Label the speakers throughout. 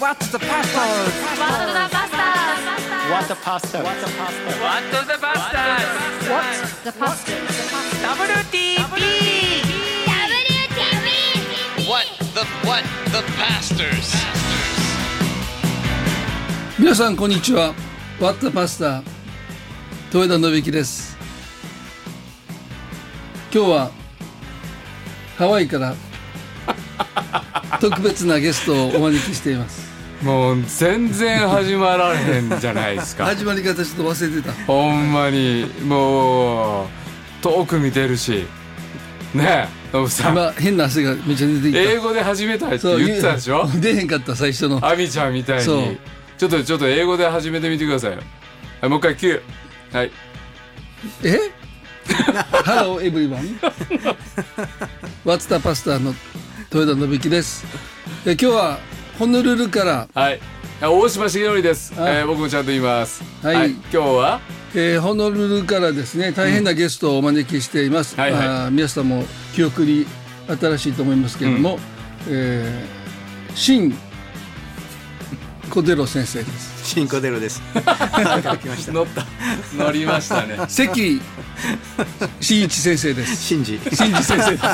Speaker 1: What's the password?
Speaker 2: ワットザバスター
Speaker 3: What a pasta!
Speaker 1: What's the password?
Speaker 2: What's the pasta?
Speaker 1: WTP!
Speaker 2: WTP!
Speaker 4: What the what the pastors?
Speaker 5: 皆さんこんにちは「ワットパスタ」豊田信之です今日はハワイ から特別なゲストをお招きしています
Speaker 6: もう全然始まらへんじゃないですか
Speaker 5: 始まり方ちょっと忘れてた
Speaker 6: ほんまにもう遠く見てるしねえノブさん
Speaker 5: 今変な汗がめっちゃ出てきた
Speaker 6: 英語で始めたいって言ってたでしょ
Speaker 5: 言う出へんかった最初の
Speaker 6: アミちゃんみたい
Speaker 5: そう
Speaker 6: にちょっとちょっと英語で始めてみてくださいよはいもう一回9はい
Speaker 5: え Hello everyone What's the pasta の豊田信之ですえ今日はホノルルから
Speaker 6: はいあ大島重則です、
Speaker 5: あ
Speaker 6: えー僕もちゃんと言います
Speaker 5: はい
Speaker 6: 今日は
Speaker 5: えーホノルルからですね大変なゲストをお招きしています、
Speaker 6: はいはい
Speaker 5: あー皆さんも記憶に新しいと思いますけれども、えーシン・コデロ先生です
Speaker 3: シンコデロです。来ました。
Speaker 6: 乗った乗りましたね
Speaker 5: 関真一先生です
Speaker 3: シンジ。
Speaker 5: 真一先生です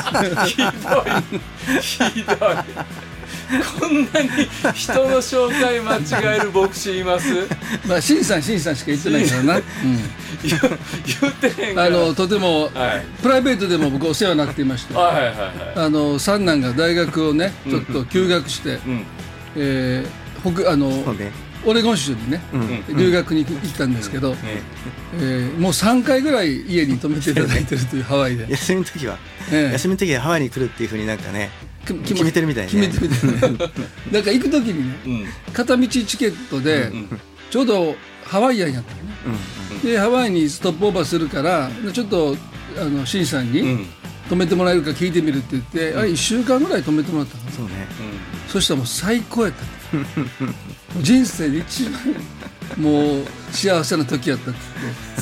Speaker 6: ひどいこんなに人の紹介間違える牧師います
Speaker 5: まあ真さん真さんしか言ってないから な、
Speaker 6: 言言ってへん
Speaker 5: うん
Speaker 6: か
Speaker 5: あ
Speaker 6: ら
Speaker 5: のとても、
Speaker 6: はい
Speaker 5: プライベートでも僕お世話になっていまして
Speaker 6: はいはいはい
Speaker 5: あの三男が大学をねちょっと休学して、
Speaker 6: うん
Speaker 5: えー北あの
Speaker 3: そうね。
Speaker 5: オレゴン州にね、留学に行ったんですけど、えーもう3回ぐらい家に泊めていただいてるというハワイで、
Speaker 3: 休みの時は、
Speaker 5: ええ
Speaker 3: 休みの時はハワイに来るっていうふうになんかね、
Speaker 5: き
Speaker 3: 決めてるみたいね
Speaker 5: 決めてる みたいねなんか行く時にね、
Speaker 6: うん
Speaker 5: 片道チケットで、ちょうどハワイアンやったのね、でハワイにストップオーバーするからでちょっとあのシンさんに泊めてもらえるか聞いてみるって言って、あれ1週間ぐらい泊めてもらったの
Speaker 3: そうね。
Speaker 5: そしたらもう最高やったもう人生で一番もう幸せな時やったって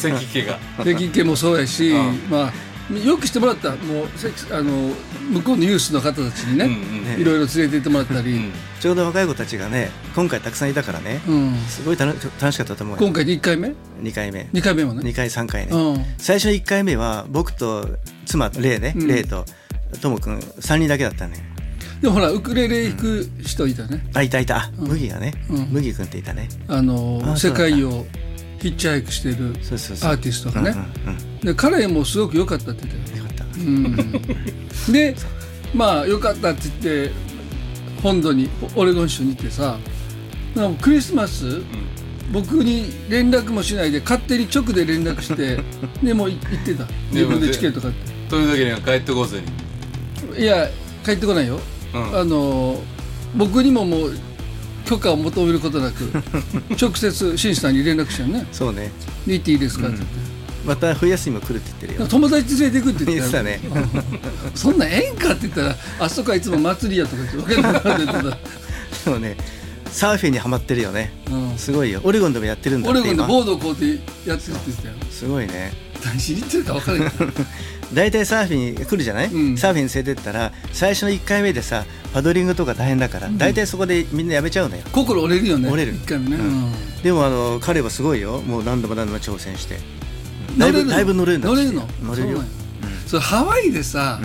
Speaker 5: 言って。
Speaker 6: 関家が
Speaker 5: 関係もそうやし、
Speaker 6: うん
Speaker 5: まあ、よくしてもらったもうせあの向こうのユースの方たちにね、
Speaker 6: うん
Speaker 3: うん
Speaker 5: いろいろ連れて行ってもらったり、
Speaker 3: ちょうど若い子たちがね、今回たくさんいたからね、
Speaker 5: うん
Speaker 3: すごい楽楽しかったと思うよ。
Speaker 5: 今回で1回目
Speaker 3: 2回目。
Speaker 5: 2回目もね
Speaker 3: 2回、3回ね。
Speaker 5: うん
Speaker 3: 最初1回目は僕と妻、レイね、
Speaker 5: ん
Speaker 3: レイとともくん3人だけだったね。
Speaker 5: でもほらウクレレ弾く人いたね、
Speaker 3: あ、いたいた。あ麦がね、
Speaker 5: うん
Speaker 3: 麦くんっていたね。
Speaker 5: あの
Speaker 3: あ
Speaker 5: 世
Speaker 3: そうだ
Speaker 5: 界をヒッチハイクしてる
Speaker 3: そうそうそう。
Speaker 5: アーティストがね
Speaker 3: うんうんうん
Speaker 5: で彼もすごく良かったって言って
Speaker 3: よかった。
Speaker 5: たよ、うん、でまあ良かったって言って本土にオレゴン州に行ってさなんかクリスマス、僕に連絡もしないで勝手に直で連絡して でもう行ってた自分でチケット買っ
Speaker 6: という時には帰ってこずに
Speaker 5: ていや帰ってこないよ、
Speaker 6: うん
Speaker 5: あの僕にももう許可を求めることなく 直接紳士さんに連絡したよね
Speaker 3: そうね。
Speaker 5: で行っていいですかって言って、
Speaker 3: また冬休みも来るって言ってる
Speaker 5: なん
Speaker 3: よ
Speaker 5: か。友達連れて行くって言
Speaker 3: 言
Speaker 5: っ
Speaker 3: ってて
Speaker 5: たよ
Speaker 3: たね。
Speaker 5: そんなんええんかって言ったらあそこはいつも祭りやとか言ってわけなくなって言って
Speaker 3: でもね、サーフィンにはまってるよね。
Speaker 5: た、う
Speaker 3: すごいよ。オレゴンでもやってるん
Speaker 5: ん、
Speaker 3: だっ
Speaker 5: オ
Speaker 3: て
Speaker 5: レゴンで
Speaker 3: 今
Speaker 5: ボードこうってやってるって言ってたよ
Speaker 3: すごいね。
Speaker 5: 何しに行ってるか分からない
Speaker 3: 大体サーフィン来るじゃない、
Speaker 5: うん
Speaker 3: サーフィン連れてったら最初の1回目でさパドリングとか大変だから、大体そこでみんなやめちゃうのよ
Speaker 5: 心折れるよね
Speaker 3: 折れる
Speaker 5: 一回もね、
Speaker 3: うん
Speaker 5: うん
Speaker 3: でもあの彼はすごいよもう何度も何度も挑戦してだ
Speaker 5: 乗
Speaker 3: い
Speaker 5: れ
Speaker 3: ぶ
Speaker 5: る
Speaker 3: だいぶ乗れるんだ
Speaker 5: 乗れるの
Speaker 3: 乗れるよ
Speaker 5: そうなんやそれハワイでさ、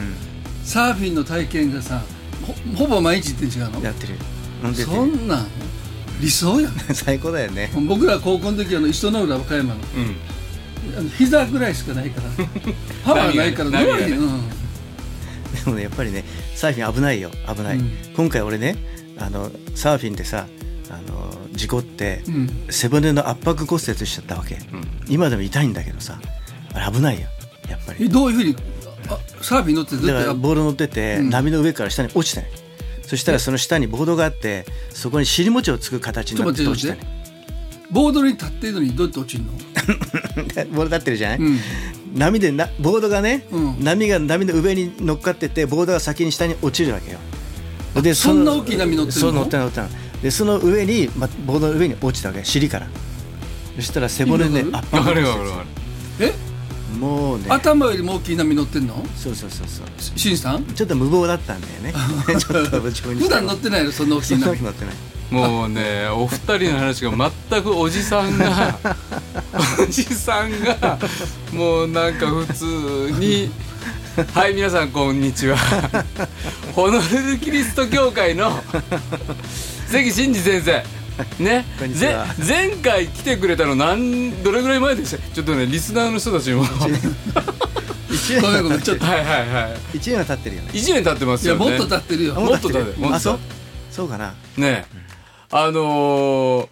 Speaker 5: サーフィンの体験がさほほぼ毎日って違うの
Speaker 3: やってる飲んでて
Speaker 5: そんなん理想や
Speaker 3: 最高だよね
Speaker 5: ん 僕ら高校の時あの石の浦和歌山の
Speaker 6: うん
Speaker 5: あの膝ぐらいしかないから パワーないから乗ら
Speaker 6: 波がね
Speaker 5: ないよ、
Speaker 3: でもねやっぱりねサーフィン危ないよ危ない、
Speaker 5: うん
Speaker 3: 今回俺ねあのサーフィンでさあの事故って、
Speaker 5: うんうん
Speaker 3: 背骨の圧迫骨折しちゃったわけ、今でも痛いんだけどさあれ危ないよやっぱり
Speaker 5: えどういうふうにあサーフィン乗ってずっ
Speaker 3: だか
Speaker 5: と
Speaker 3: らボール乗ってて、
Speaker 5: うん
Speaker 3: 波の上から下に落ちたねそしたらその下にボードがあってそこに尻餅をつく形になって
Speaker 5: ちょっと
Speaker 3: 落
Speaker 5: 待
Speaker 3: ち
Speaker 5: ったて
Speaker 3: ね
Speaker 5: ボードに立ってるのにどうやって落ちる の
Speaker 3: ボール立ってるじゃない、
Speaker 5: うん
Speaker 3: 波でなボードがね、
Speaker 5: うん
Speaker 3: 波が波の上に乗っかっててボードが先に下に落ちるわけよで
Speaker 5: そんな
Speaker 3: の
Speaker 5: 大きい波乗ってるの
Speaker 3: そう乗ったの乗ったのでその上に、ま、ボードの上に落ちたわけ尻からそしたら背骨
Speaker 5: 意
Speaker 3: ね
Speaker 5: 味わ
Speaker 3: 圧
Speaker 6: 分
Speaker 3: 迫
Speaker 6: か
Speaker 3: 骨
Speaker 6: る
Speaker 3: 折
Speaker 6: 分かる分かる
Speaker 5: え
Speaker 3: もうね
Speaker 5: 頭よりも大きい波乗ってんの
Speaker 3: そうそうそうそう
Speaker 5: ししんさん
Speaker 3: ちょっと無謀だったんだ よねちょっと自分に
Speaker 5: 普段乗ってないのそんな大き
Speaker 3: そ
Speaker 5: い
Speaker 3: んな
Speaker 5: 波
Speaker 3: 時乗ってない
Speaker 6: もうねお二人の話が全くおじさんがおじさんがもうなんか普通に「はい皆さんこんにちは」「ホノルルキリスト教会の関真嗣先生」ね
Speaker 3: こん、にち
Speaker 6: ぜ
Speaker 3: は
Speaker 6: 前回来てくれたのなんどれぐらい前でしたちょっとねリスナーの人たちもはい
Speaker 3: 1
Speaker 5: ごめんごめん
Speaker 3: 年
Speaker 5: ちょっと
Speaker 6: はいは
Speaker 3: 一年は経ってるよね
Speaker 6: い1年経ってま
Speaker 5: い
Speaker 6: す
Speaker 5: や
Speaker 6: よね
Speaker 5: もっと経ってる
Speaker 3: あ
Speaker 5: よ
Speaker 6: もっと経
Speaker 3: 経
Speaker 6: っ
Speaker 3: ってて
Speaker 6: る
Speaker 3: る
Speaker 6: もっと経ってる
Speaker 3: あそうそう かな
Speaker 6: ねあのー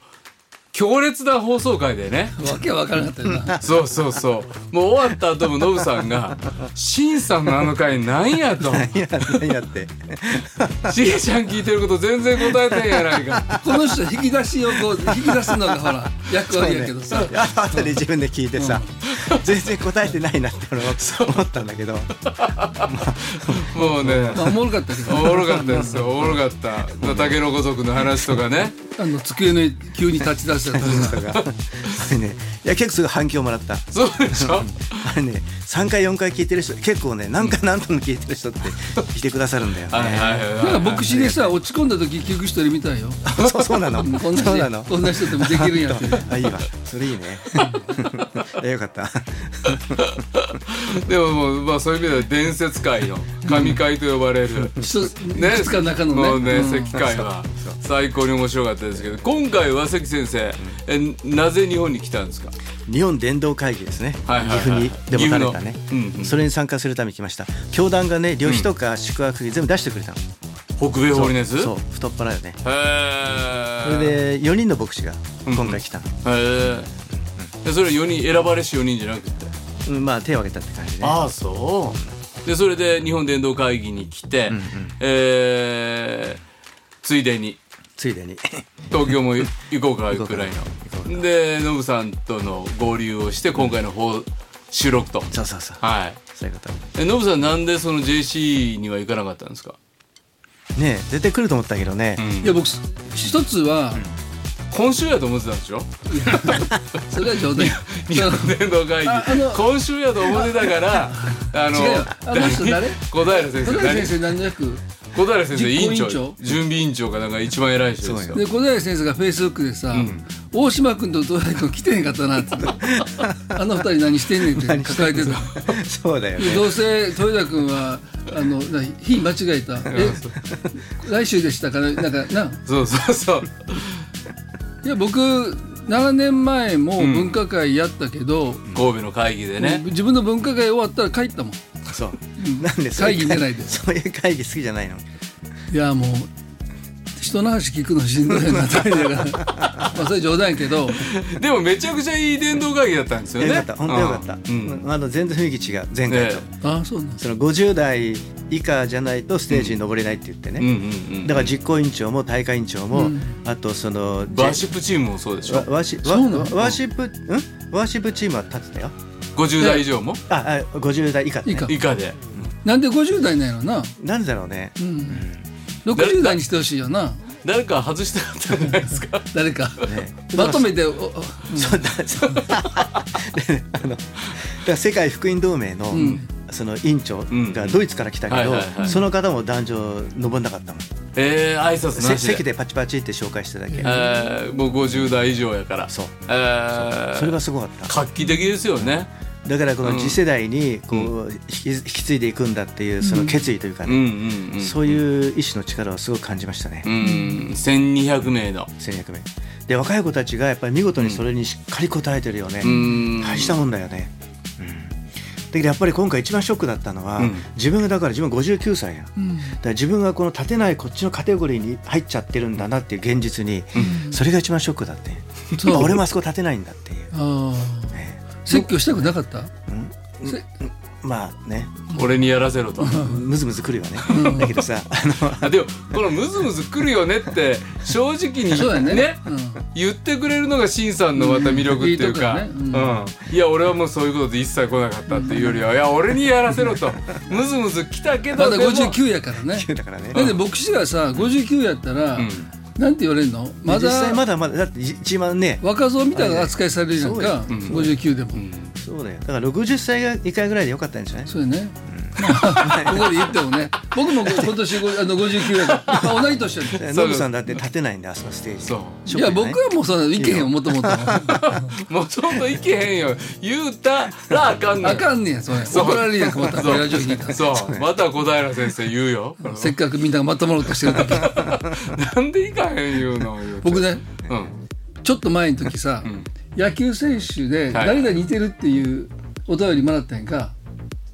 Speaker 6: 強烈な放送回でね
Speaker 5: わけわからなかったよな
Speaker 6: そうそうそうもう終わった後もノブさんが「しんさんのあの回なんや」と
Speaker 3: いや何やって
Speaker 6: 「しげちゃん聞いてること全然答えてんやないか
Speaker 5: この人引き出しを こう引き出すのがほら役割やけどさ、
Speaker 3: そうねいや後で自分で聞いてさ、全然答えてないなって俺は思ったんだけど」
Speaker 6: も うね
Speaker 5: まあおもろかったけど
Speaker 6: おもろかったですよおもろかったタケノコ族の話とかね
Speaker 5: あの机の急に立ち出したと
Speaker 3: と
Speaker 5: か
Speaker 3: かあれねいや結構すごい反響もらった
Speaker 6: そうでしょ
Speaker 3: あれね3回4回聞いてる人結構ね何回何度も聞いてる人っていてくださるんだよね、
Speaker 6: はいはいはい
Speaker 5: なんか牧師でさ落ち込んだ時聞く人いるみたいよ
Speaker 3: そうそうなの
Speaker 5: こんな
Speaker 3: そうなの
Speaker 5: 人こんな人でもできるん やって
Speaker 3: あいいわそれいいねいやよかった
Speaker 6: でももう、まあ、そういう意味では伝説界の神界と呼ばれる。
Speaker 5: 一ついくつかの中のね
Speaker 6: もうね、
Speaker 5: うん
Speaker 6: 関会は最高に面白かったですけど今回は関先生、えなぜ日本に来たんですか
Speaker 3: 日本伝道会議ですね、
Speaker 6: はいはいはい
Speaker 3: 岐阜にでもたれたね
Speaker 6: 岐、阜のうんうん
Speaker 3: それに参加するために来ました教団がね旅費とか宿泊費全部出してくれたの、
Speaker 6: 北米ホーリネス
Speaker 3: そう太っ腹よね
Speaker 6: へ
Speaker 3: そ
Speaker 6: え
Speaker 3: れで4人の牧師が今回来たの、
Speaker 6: へえそれ4人選ばれし4人じゃなくて
Speaker 3: うんまあ手を挙げたって感じで、
Speaker 6: あそうでそれで日本伝道会議に来て、えーついでに
Speaker 3: ついでに
Speaker 6: 東京も行こうか
Speaker 3: こう
Speaker 6: く
Speaker 3: から
Speaker 6: い
Speaker 3: 行こう
Speaker 6: のでノブさんとの合流をして今回の放収録と
Speaker 3: そうそうそう
Speaker 6: はい
Speaker 3: そういうこ
Speaker 6: えノブさんなんでその JC には行かなかったんですか
Speaker 3: とねえ絶対来ると思ったけどね、
Speaker 5: いや僕一つは
Speaker 6: 今週やと思ってたんでしょ
Speaker 5: それは冗談
Speaker 6: 日本伝道会議
Speaker 5: ああの
Speaker 6: 今週やと思ってたからあの
Speaker 5: 違うよあの人誰
Speaker 6: 小平先
Speaker 5: 小
Speaker 6: 生
Speaker 5: 平
Speaker 6: 何
Speaker 5: 先生何となく
Speaker 6: 小平先生委員長
Speaker 5: 実行委員長
Speaker 6: 準備委員長かなんか一番偉い人ですよ
Speaker 5: で小平先生がフェイスブックでさ、大島君と東平君来てへんかったな ってあの二人何してんねんって抱えてた
Speaker 3: そうだよね
Speaker 5: でどうせ豊田君はあのな日間違えたえ来週でしたからなんかな
Speaker 6: そうそうそう
Speaker 5: いや僕7年前も文化会やったけど、
Speaker 6: 神戸の会議で
Speaker 5: もう
Speaker 6: ね
Speaker 5: 自分の文化会終わったら帰ったもんい
Speaker 3: そうなんでそういう
Speaker 5: 会議出ないで
Speaker 3: そういう会議好きじゃないの
Speaker 5: やもう人の話聞くのしんどいなと思い ながらまあそれ冗談やけど
Speaker 6: でもめちゃくちゃいい伝道会議だったんですよね
Speaker 3: よかった本当よかった、
Speaker 6: うんうん
Speaker 3: あの全然雰囲気違う前回と、
Speaker 6: ね
Speaker 5: ああそうなんです
Speaker 3: その50代以下じゃないとステージに登れないって言ってね、
Speaker 6: うんうんうん
Speaker 3: だから実行委員長も大会委員長も、あとその
Speaker 6: ワーシップチームもそうでしょ
Speaker 3: わワーシ
Speaker 5: そうなの
Speaker 3: わワーシップんワーシップチームは立ってたよ
Speaker 6: 50代以上も
Speaker 3: ああ50代以下だね
Speaker 5: 以下
Speaker 6: 以下で
Speaker 5: なんで50代なんやろな、
Speaker 3: なんだろうね
Speaker 5: うん、60代にしてほしいよな
Speaker 6: 誰か外してあったんじゃないですか
Speaker 5: 誰か
Speaker 3: ね
Speaker 5: まとめておお
Speaker 3: そうだそうで あのだから世界福音同盟の、
Speaker 5: ん
Speaker 3: その委員長がドイツから来たけど、
Speaker 6: うんはいはいはい
Speaker 3: その方も男女登んなかったもん、
Speaker 6: えー、挨拶
Speaker 3: せ
Speaker 6: なしで
Speaker 3: 席でパチパチって紹介してただけ、
Speaker 6: えーもう50代以上やから
Speaker 3: そう
Speaker 6: えー
Speaker 3: それがすごかった
Speaker 6: 画期的ですよね
Speaker 3: だからこの次世代にこう引き引き継いでいくんだっていうその決意というか
Speaker 6: うんう
Speaker 3: ね、
Speaker 6: んうん
Speaker 3: そういう意志の力をすごく感じましたね、
Speaker 6: うん1200名の
Speaker 3: 戦略面で若い子たちがやっぱり見事にそれにしっかり応えてるよね、
Speaker 6: うん
Speaker 3: 大したもんだよね、だけどやっぱり今回一番ショックだったのは、
Speaker 6: うん
Speaker 3: 自分がだから自分59歳やん、
Speaker 5: ん
Speaker 3: だから自分がこの立てないこっちのカテゴリーに入っちゃってるんだなっていう現実に、それが一番ショックだって
Speaker 5: そう
Speaker 3: あ俺もあそこ立てないんだっていう、
Speaker 5: ああ
Speaker 3: ね
Speaker 5: 説教したくなかった
Speaker 3: まあね
Speaker 6: 俺にやらせろと
Speaker 3: むずむずくるよね、だけどさあの
Speaker 6: あでもこのムズムズ来るよねって正直に
Speaker 5: そうだね
Speaker 6: ね
Speaker 5: うん
Speaker 6: 言ってくれるのがしんさんのまた魅力っていうか、
Speaker 5: うんいいとこ
Speaker 6: うん
Speaker 5: だ
Speaker 6: いや俺はもうそういうことで一切来なかったっていうよ りは、いや俺にやらせろとムズムズ来たけど
Speaker 5: まだ
Speaker 6: でも
Speaker 5: 59やからね
Speaker 3: だからね
Speaker 5: だって牧師がさ59やったら、
Speaker 6: ん
Speaker 5: なんて言われるのま
Speaker 3: 実際ま
Speaker 5: だ
Speaker 3: だまだだって一番ね
Speaker 5: 若造みたいな扱いされるじゃん
Speaker 3: そうよ
Speaker 5: か、59でも、
Speaker 6: うん
Speaker 3: そうだよだから60歳が以下ぐらいでよかったんじゃない
Speaker 5: そうやね、まあ ここで言ってもね僕も今年ごあの59やから、まあ、同じ年やで
Speaker 3: ノブさんだって立てないんであそこのステージ
Speaker 6: そう
Speaker 5: いや僕はもうそんなのいけへんよもともとあ
Speaker 6: もうちょっといけへんよ言うたらあかんのよ
Speaker 5: かんねやそ れ怒られるやんかまた
Speaker 6: そう
Speaker 5: ラジオ聞いたら
Speaker 6: そうまた小平先生言うよ
Speaker 5: せっかくみんながまとまろうとしてる 時
Speaker 6: なんでいかへん言うの言うて
Speaker 5: 僕ね
Speaker 6: うん
Speaker 5: ちょっと前の時さ、
Speaker 6: ん
Speaker 5: 野球選手で
Speaker 6: はい
Speaker 5: 誰々似てるっていうお便りもらったやんか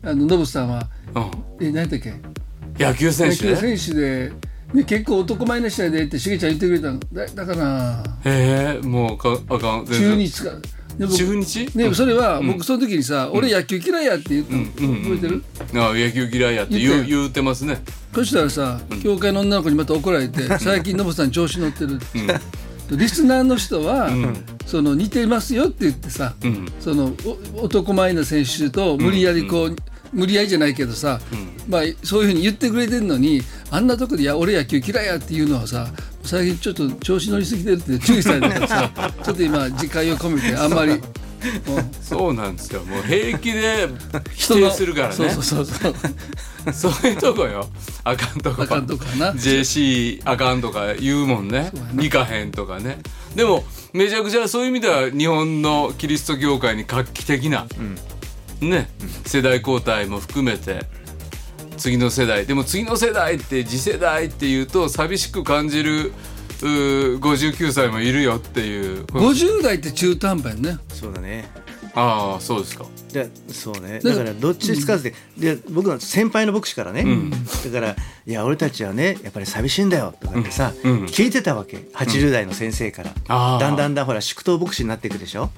Speaker 5: あのノブさんは
Speaker 6: うん
Speaker 5: え何だっけ
Speaker 6: 野球選
Speaker 5: 野
Speaker 6: 手
Speaker 5: 球
Speaker 6: ね
Speaker 5: 選手で、ね、結構男前の人やでってしげちゃん言ってくれたのだだから
Speaker 6: ええもうかあかん
Speaker 5: 中
Speaker 6: 全然
Speaker 5: 日かで僕
Speaker 6: 中日
Speaker 5: ね、それは
Speaker 6: うん
Speaker 5: 僕その時にさ、俺野球嫌いやって言ったの、
Speaker 6: うんうん
Speaker 5: 覚えてる
Speaker 6: あ野球嫌いやって
Speaker 5: 言
Speaker 6: 言う
Speaker 5: って
Speaker 6: 言うてますね
Speaker 5: そしたらさ教会の女の子にまた怒られ て「最近ノブさん調子乗ってる」ってリスナーの人は、その似てますよって言ってさ、
Speaker 6: ん
Speaker 5: そのお男前の選手と無理やりこう、無理やりじゃないけどさ、まあ、そういうふうに言ってくれてるのにあんなとこでいや「俺野球嫌いや」っていうのはさ最近ちょっと調子乗りすぎてるって注意されたから さちょっと今自戒を込めてあんまり。うん
Speaker 6: そうなんですよもう平気で否定するからね
Speaker 5: そうそうそうそう
Speaker 6: そういうとこよあかんとこ
Speaker 5: あかんとこかな
Speaker 6: JC あかんとか言うもんね
Speaker 5: うや
Speaker 6: 行かへんとかねでもめちゃくちゃそういう意味では日本のキリスト教会に画期的な、ね、世代交代も含めて次の世代でも次の世代って次世代っていうと寂しく感じるうー59歳もいるよっていう
Speaker 5: 50代って中途半端 やね
Speaker 3: そうだね
Speaker 6: ああそうですか
Speaker 3: でそうね
Speaker 5: だ
Speaker 3: だ
Speaker 5: から
Speaker 3: からどっちつかずで,、で僕の先輩の牧師からね、だから「いや俺たちはねやっぱり寂しいんだよ」とかってさ、
Speaker 6: うんうん
Speaker 3: 聞いてたわけ80代の先生から、
Speaker 6: あー
Speaker 3: だんだんだんほら祝祷牧師になっていくでし ょ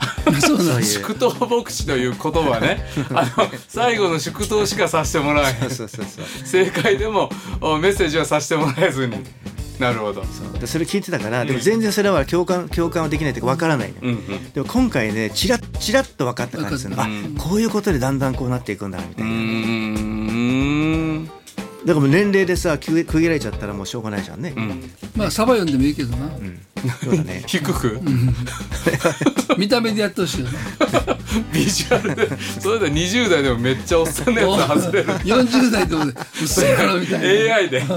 Speaker 5: そうなんで
Speaker 3: そ
Speaker 5: す
Speaker 3: ういう
Speaker 6: 祝祷牧師という言葉ねあの最後の祝祷しかさせてもらえへん
Speaker 3: そうそうそう
Speaker 6: 正解でもおメッセージはさせてもらえずになるほど
Speaker 3: そうでそれ聞いてたからでも全然それは共感共感はできないというかわからないのよ、
Speaker 6: うんうん
Speaker 3: でも今回ねチラッチラッと分かった感じするのあ
Speaker 6: うん
Speaker 3: こういうことでだんだんこうなっていくんだなみた
Speaker 6: う
Speaker 3: いな、
Speaker 6: ーん
Speaker 3: だからもう年齢でさ区区切られちゃったらもうしょうがないじゃんね、
Speaker 6: うん
Speaker 5: まあサバ読んでもいいけどな、
Speaker 3: そうだね
Speaker 6: 低く
Speaker 5: 見た目でやってほしいよな
Speaker 6: ビジュアルでそれで20代でもめっちゃおっさんの やつ外れる
Speaker 5: 40代でもね薄いやろみ たいな
Speaker 6: AI で顔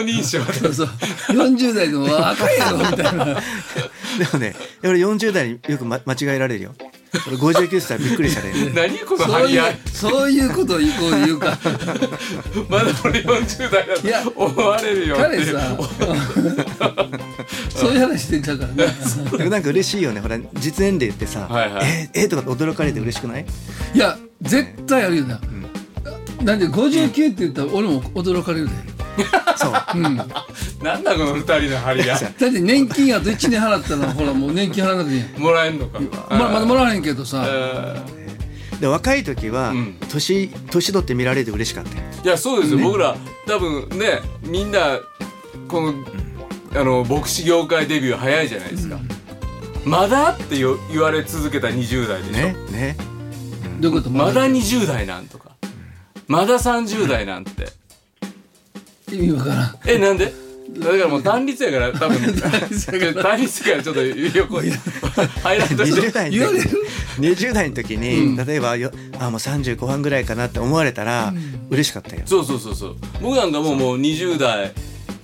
Speaker 6: 認証
Speaker 5: そうそう40代でも若いやろみたい な
Speaker 3: でもね俺40代によく、ま、間違えられるよ俺59歳びっくりされ る
Speaker 6: 何この
Speaker 5: そう
Speaker 6: 張
Speaker 5: い
Speaker 6: り合
Speaker 5: う
Speaker 6: い
Speaker 5: そういうことを言うこう言うか
Speaker 6: まだ俺40代
Speaker 5: い
Speaker 6: だ
Speaker 5: や
Speaker 6: と思われるよって
Speaker 5: 彼
Speaker 6: いう
Speaker 5: さそういう話してんちゃうからね
Speaker 3: なんか嬉しいよねほら実年齢ってさ「
Speaker 6: はいはい
Speaker 3: えーえーとかって驚かれて嬉しくない
Speaker 5: いや絶対あるよな、なんで59って言ったら俺も驚かれるで、
Speaker 3: そう
Speaker 5: うん、
Speaker 6: なんだこの二人の張り合い
Speaker 5: だって年金あと1年払ったらほらもう年金払わなくていいやん
Speaker 6: もらえんのか
Speaker 5: ままだもらわへんけど
Speaker 6: え
Speaker 5: さ
Speaker 6: ー
Speaker 3: で若い時は、
Speaker 6: ん
Speaker 3: 年年取って見られて嬉しかったよ
Speaker 6: いやそうですよ、僕ら多分ねみんなこのあの牧師業界デビュー早いじゃないですか、まだってよ言われ続けた20代でしょ、
Speaker 3: ねね
Speaker 5: どういうこと
Speaker 6: まだ20代なんとかまだ30代なんて
Speaker 5: 意味わからん
Speaker 6: えなんでだからもう単立やから多分単立やからちょっと横に入らんとし
Speaker 3: 20
Speaker 6: て
Speaker 3: 代
Speaker 5: 言わ
Speaker 3: の
Speaker 5: れ
Speaker 3: 時
Speaker 5: る
Speaker 3: 20代の時に、例えばよあもう30後半ぐらいかなって思われたら、嬉しかったよ
Speaker 6: そうそうそうそう僕なんかもうもう20代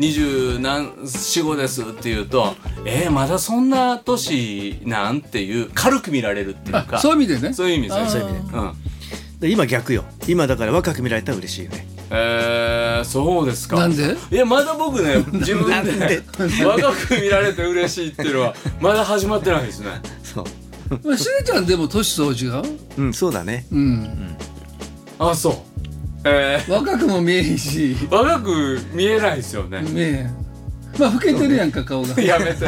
Speaker 6: 20何四五ですっていうとえー、まだそんな年なんていう軽く見られるっていう
Speaker 5: あ
Speaker 6: か
Speaker 5: そういう意味でね
Speaker 6: そういう意味ですね
Speaker 5: あー
Speaker 6: そういう意味でうん
Speaker 3: で今逆よ今だから若く見られたら嬉しいよね
Speaker 6: えー、そうですか
Speaker 5: なんで
Speaker 6: いやまだ僕ね自分で若く見られて嬉しいっていうのはまだ始まってないですね
Speaker 3: そう
Speaker 5: まあ、しげちゃんでも年相違う
Speaker 3: うんそうだね
Speaker 5: うん
Speaker 6: あそうえ
Speaker 5: 若くも見えんし
Speaker 6: ー、若く見えないですよね、
Speaker 5: 見えへんまあ老けてるやんか顔がで
Speaker 6: やめて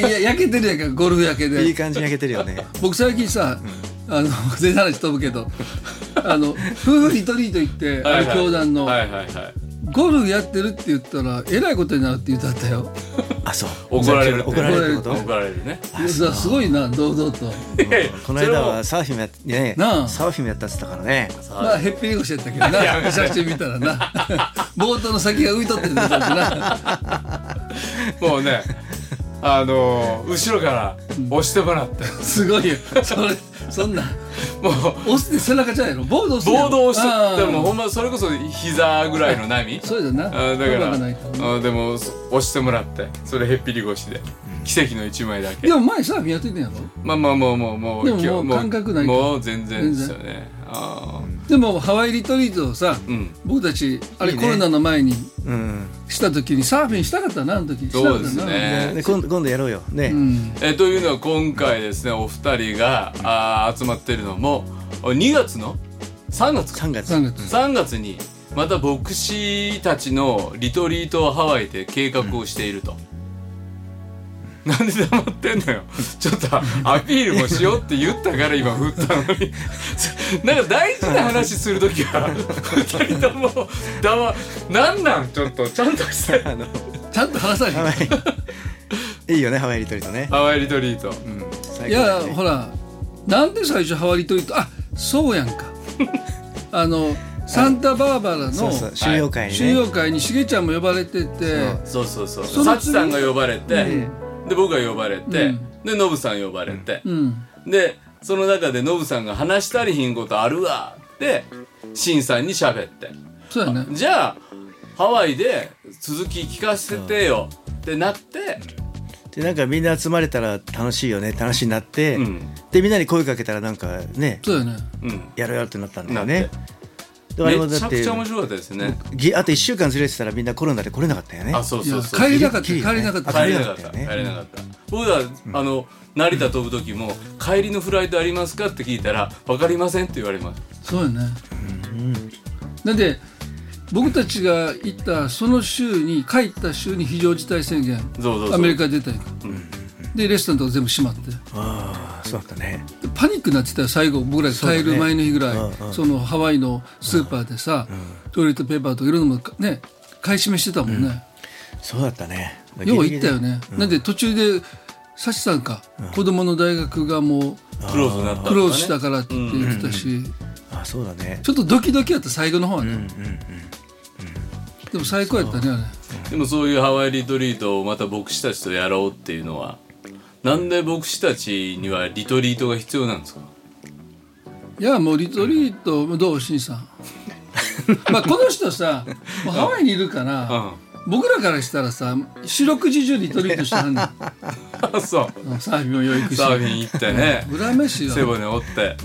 Speaker 5: や焼けてるやんかゴルフ焼け
Speaker 3: いい
Speaker 5: で
Speaker 3: 感じに焼けてるよね
Speaker 5: 僕最近さ、あの全然話飛ぶけどあの夫婦リトリート行ってある教団の、
Speaker 6: はいはいはい
Speaker 5: ゴルフやってるって言ったらえらいことになるって言ってあったよ
Speaker 3: あそう
Speaker 6: 怒られる
Speaker 3: 怒られるってこと
Speaker 6: 怒られるね
Speaker 5: いやすごいな堂々と
Speaker 6: いやいや
Speaker 3: この間はサーフィンもやってね
Speaker 5: なあ
Speaker 3: サーフィンもやったっつったからね
Speaker 5: まあへっぴり腰やったけどな写真見たらなボートの先が浮いとってるんだってな
Speaker 6: もうね、あのー後ろから押してもらって、
Speaker 5: すごいよそれそんな
Speaker 6: もう
Speaker 5: 押すって背中じゃないのボード押す
Speaker 6: ボードを押し
Speaker 5: って
Speaker 6: てもうほんまそれこそ膝ぐらいの波
Speaker 5: そうだな
Speaker 6: あーだから
Speaker 5: 幅がない
Speaker 6: あーでもそ押してもらってそれへっぴり腰で奇跡の一枚だけ
Speaker 5: でも前サーフィンやってたんやろ
Speaker 6: まあまあもうもうもう
Speaker 5: でも
Speaker 6: 今日
Speaker 5: もう感覚ないか
Speaker 6: もう全然ですよねあ
Speaker 5: でもハワイリトリートをさ、
Speaker 6: ーうん
Speaker 5: 僕たちあれ
Speaker 3: いいね
Speaker 5: コロナの前に
Speaker 3: うん
Speaker 5: した時にサーフィンしたかったなあの時したか
Speaker 6: そう
Speaker 5: った
Speaker 6: で
Speaker 5: な
Speaker 6: すね
Speaker 3: ね今度今度やろうよね、
Speaker 5: うん
Speaker 6: えというのは今回ですねお二人があー集まってるのも2月の3月か
Speaker 3: 3月
Speaker 5: 3月
Speaker 6: 3月にまた牧師たちのリトリートをハワイで計画をしていると、なんで黙ってんのよちょっとアピールもしようって言ったから今振ったのになんか大事な話する時は2人とも黙なんなんちょっとちゃんとして
Speaker 3: あの
Speaker 5: ちゃんと話さ
Speaker 3: ハ
Speaker 5: な
Speaker 3: ワ
Speaker 5: い
Speaker 3: イ いいよねハワイリトリートね、
Speaker 6: ハワイリトリート
Speaker 3: うん、
Speaker 5: い
Speaker 3: 最高
Speaker 5: や
Speaker 3: だね
Speaker 5: ほらなんで最初ハワイリトリートあそうやん かあのサンタバーバラ
Speaker 3: そ
Speaker 5: の
Speaker 3: うそう収容会に
Speaker 5: 収
Speaker 3: ね、
Speaker 5: 容会にしげちゃんも呼ばれてて
Speaker 6: そうそうそう
Speaker 5: その
Speaker 6: サ
Speaker 5: 次
Speaker 6: チさんが呼ばれて、
Speaker 5: うん
Speaker 6: で僕が呼ばれて、
Speaker 5: うん
Speaker 6: でノブさん呼ばれて、
Speaker 5: うん
Speaker 6: でその中でノブさんが話したりひんことあるわってシンさんに喋って
Speaker 5: そうやね
Speaker 6: じゃあハワイで続き聞かせてよってなって、
Speaker 3: でなんかみんな集まれたら楽しいよね楽しいなって、
Speaker 6: うん
Speaker 3: でみんなに声かけたらなんかね
Speaker 5: そうやね
Speaker 6: うん、
Speaker 3: やろうよってなったんだ
Speaker 6: な
Speaker 3: よ
Speaker 6: っ
Speaker 3: ね
Speaker 6: て
Speaker 3: であれも
Speaker 6: め
Speaker 3: だ
Speaker 6: ち
Speaker 3: っ
Speaker 6: ゃ
Speaker 3: て
Speaker 6: くちゃ面白かったですね
Speaker 3: ぎあと1週間ずれてたらみんなコロナで来れなかったよね
Speaker 6: あそ
Speaker 5: い
Speaker 6: う
Speaker 5: や
Speaker 6: そうそう
Speaker 5: 帰りなかった帰
Speaker 3: ギリギリ
Speaker 5: れなかった
Speaker 3: あ
Speaker 6: 帰
Speaker 3: 帰
Speaker 6: れ
Speaker 3: れ
Speaker 6: な
Speaker 3: な
Speaker 6: か
Speaker 3: か
Speaker 6: っ
Speaker 3: ったた
Speaker 6: 帰
Speaker 3: よね
Speaker 6: れなかった僕はあの成田飛ぶ時も「帰りのフライトありますか?」って聞いたら「分かりません」って言われます
Speaker 5: そうやねなんで僕たちが行ったその週に帰った週に非常事態宣言
Speaker 6: そうそうそう
Speaker 5: アメリカに出たりでレストランとか全部閉まって
Speaker 3: ああそうだったね
Speaker 5: でパニックになってたよ最後僕らが帰る前の日ぐらいそ,、
Speaker 3: そうだねうんうん
Speaker 5: のハワイのスーパーでさ、トイレットペーパーとかいろんなものね買い占めしてたもんね、
Speaker 3: そうだったね
Speaker 5: よう行ったよね、なんで途中でサチさんか、子供の大学がも
Speaker 6: クローズになったと
Speaker 5: う
Speaker 6: か
Speaker 5: ク
Speaker 6: ね
Speaker 5: ローズしたからって言ってたし、
Speaker 3: あそうだね
Speaker 5: ちょっとドキドキやった最後の方はね、でも最高やったねあれ
Speaker 6: でもそういうハワイリトリートをまた牧師たちとやろうっていうのはなんで牧師たちにはリトリートが必要なんですか
Speaker 5: いやもうリトリート、どうしんさんまあこの人 さもうハワイにいるから、僕らからしたらさ四六時中リトリートしてはんねん
Speaker 6: あそう
Speaker 5: うんサーフィンを養育し
Speaker 6: サ
Speaker 5: て
Speaker 6: ーフィン行ってね
Speaker 5: 裏飯
Speaker 6: 背
Speaker 5: よ
Speaker 6: 骨折って、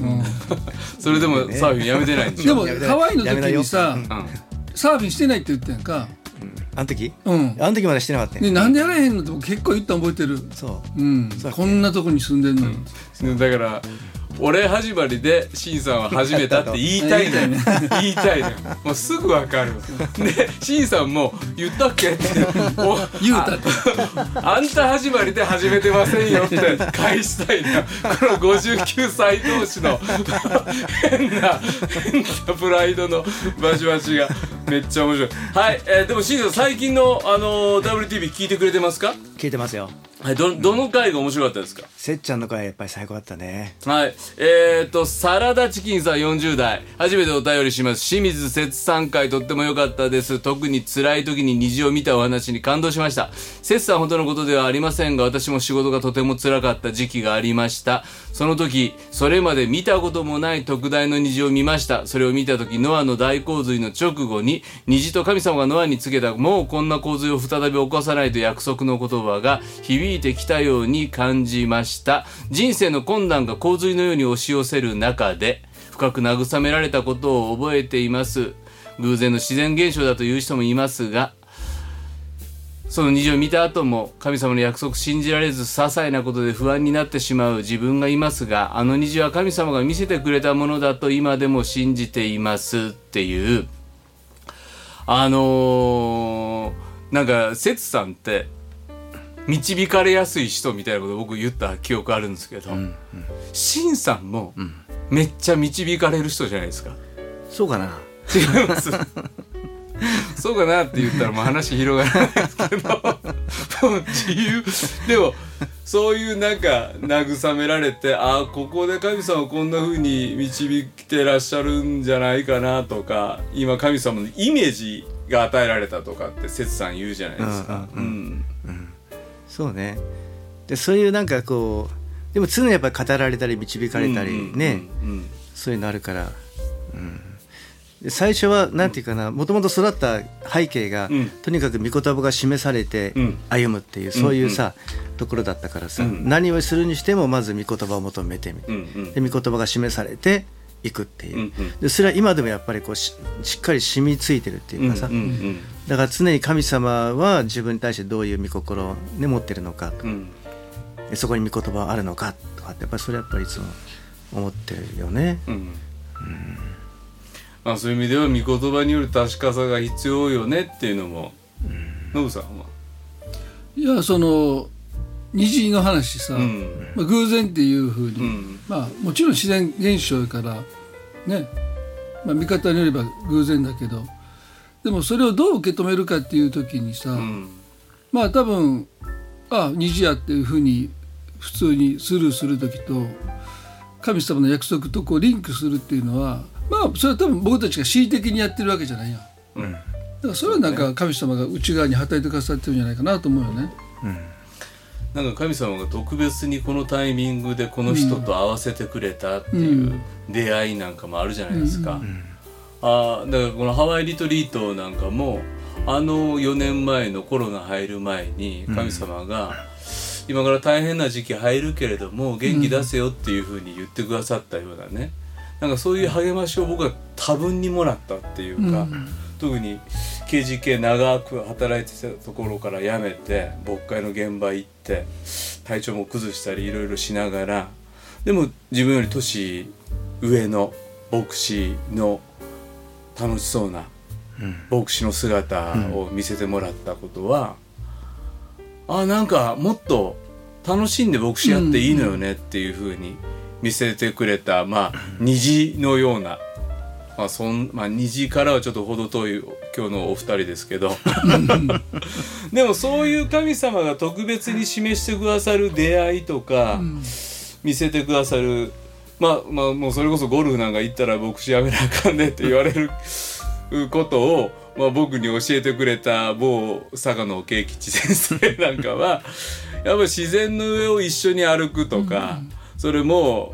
Speaker 6: それでもサーフィンやめてないんでし
Speaker 5: で
Speaker 6: ょ
Speaker 5: もハワイの時に
Speaker 3: や
Speaker 5: さ
Speaker 3: め
Speaker 6: うん
Speaker 5: サーフィンしてないって言ったやんか
Speaker 3: あの時
Speaker 5: うん
Speaker 3: あの時までしてなかったよ
Speaker 5: でなんでやらへんのって僕結構言ったの覚えてる
Speaker 3: そう
Speaker 5: うんこんなとこに住んでんのに
Speaker 6: だから俺始まりでシンさんは始めたって 言いたいのよ言いたいのよもうすぐわかるでシンさんも「言ったっけ?」 ってお
Speaker 5: 言うたって
Speaker 6: あんた始まりで始めてませんよって返したいなこの59歳同士の変な変なプライドのバシバシがめっちゃ面白いはい、えーでも新さん最近の、あのー WTV 聞いてくれてますか
Speaker 3: 聞いてますよ
Speaker 6: はいどどの回が面白かったですか
Speaker 3: せっちゃんの声やっぱり最高だったね
Speaker 6: はい。えー、と、サラダチキンさん40代。初めてお便りします。清水節さん会とっても良かったです。特に辛い時に虹を見たお話に感動しました。節さんほどのことではありませんが、私も仕事がとても辛かった時期がありました。その時、それまで見たこともない特大の虹を見ました。それを見た時、ノアの大洪水の直後に、虹と神様がノアに告げた、もうこんな洪水を再び起こさないと約束の言葉が響いてきたように感じました。人生の困難が洪水のように押し寄せる中で、深く慰められたことを覚えています。偶然の自然現象だという人もいますが、その虹を見た後も神様の約束を信じられず些細なことで不安になってしまう自分がいますがあの虹は神様が見せてくれたものだと今でも信じていますっていうあのーなんか節さんって導かれやすい人みたいなこと僕言った記憶あるんですけど、シンさんもめっちゃ導かれる人じゃないですか。
Speaker 3: そうかな
Speaker 6: 違いますそうかなって言ったらもう話広がらないですけどもう自由でもそういうなんか慰められてああここで神様をこんな風に導いてらっしゃるんじゃないかなとか今神様のイメージが与えられたとかって節さん言うじゃないですか。
Speaker 3: そうねでそういうなんかこうでも常にやっぱり語られたり導かれたりね、
Speaker 6: うんうん
Speaker 3: そういうのあるから、うんで最初はなんていうかなもともと育った背景が、
Speaker 6: うん
Speaker 3: とにかく御言葉が示されて
Speaker 6: うん
Speaker 3: 歩むっていう、そういうさ、ところだったからさ、
Speaker 6: うん
Speaker 3: 何をするにしてもまず御言葉を求めてみた
Speaker 6: う
Speaker 3: い
Speaker 6: んうん
Speaker 3: な、で御言葉が示されていくっていう、
Speaker 6: うんうん
Speaker 3: でそれは今でもやっぱりこうししっかり染みついてるっていうかさ、
Speaker 6: うんうん
Speaker 3: だから常に神様は自分に対してどういう御心を、ね、持ってるのかとか
Speaker 6: うんうん
Speaker 3: えそこに御言葉はあるのかとかってやっぱりそれやっぱりいつも思ってるよね。
Speaker 6: うんまあそういう意味では御言葉による確かさが必要よねっていうのもノブさんはい
Speaker 5: やその虹の話さ、
Speaker 6: うん
Speaker 5: まあ、偶然っていうふうに、
Speaker 6: うん
Speaker 5: まあもちろん自然現象やからね、まあ、見方によれば偶然だけどでもそれをどう受け止めるかっていう時にさ、
Speaker 6: うん
Speaker 5: まあ多分あ虹やっていうふうに普通にスルーする時と神様の約束とこうリンクするっていうのはまあそれは多分僕たちが恣意的にやってるわけじゃないやん。
Speaker 6: うん
Speaker 5: だからそれはなんか神様が内側に働いてくださってるんじゃないかなと思うよね。
Speaker 6: なんか神様が特別にこのタイミングでこの人と会わせてくれたって
Speaker 5: う
Speaker 6: いうん出会いなんかもあるじゃないですか。あーだからこのハワイリトリートなんかもあの4年前のコロナ入る前に神様が、今から大変な時期入るけれども元気出せよっていうふうに言ってくださったようなねなんかそういう励ましを僕は多分にもらったっていうか、特に KGK 長く働いてたところから辞めて牧会の現場行って体調も崩したりいろいろしながらでも自分より年上の牧師の楽しそうな牧師の姿を見せてもらったことは、あなんかもっと楽しんで牧師やっていいのよねっていうふうに見せてくれた、まあ虹のような、まあそんまあ、虹からはちょっと程遠い今日のお二人ですけど でもそういう神様が特別に示してくださる出会いとか、見せてくださる。まあまあ、もうそれこそゴルフなんか行ったら牧師やめなあかんねって言われる ことを、まあ、僕に教えてくれた某坂野慶吉先生なんかはやっぱり自然の上を一緒に歩くとか、それも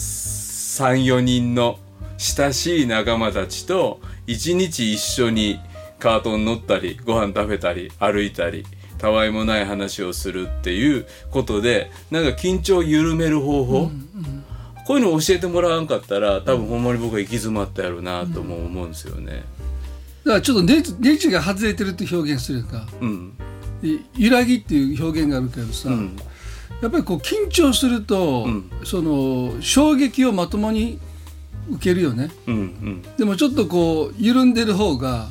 Speaker 6: 34人の親しい仲間たちと一日一緒にカートに乗ったりご飯食べたり歩いたり。たわいもない話をするっていうことでなんか緊張を緩める方法、こういうの教えてもらわんかったら多分ほんまに僕は行き詰まったやろうなとも思うんですよね。
Speaker 5: だからちょっとネジネジが外れてるって表現するか
Speaker 6: うん、
Speaker 5: で揺らぎっていう表現があるけどさ、
Speaker 6: うん、
Speaker 5: やっぱりこう緊張すると、
Speaker 6: うん
Speaker 5: その衝撃をまともに受けるよね
Speaker 6: うん、うん、
Speaker 5: でもちょっとこう緩んでる方が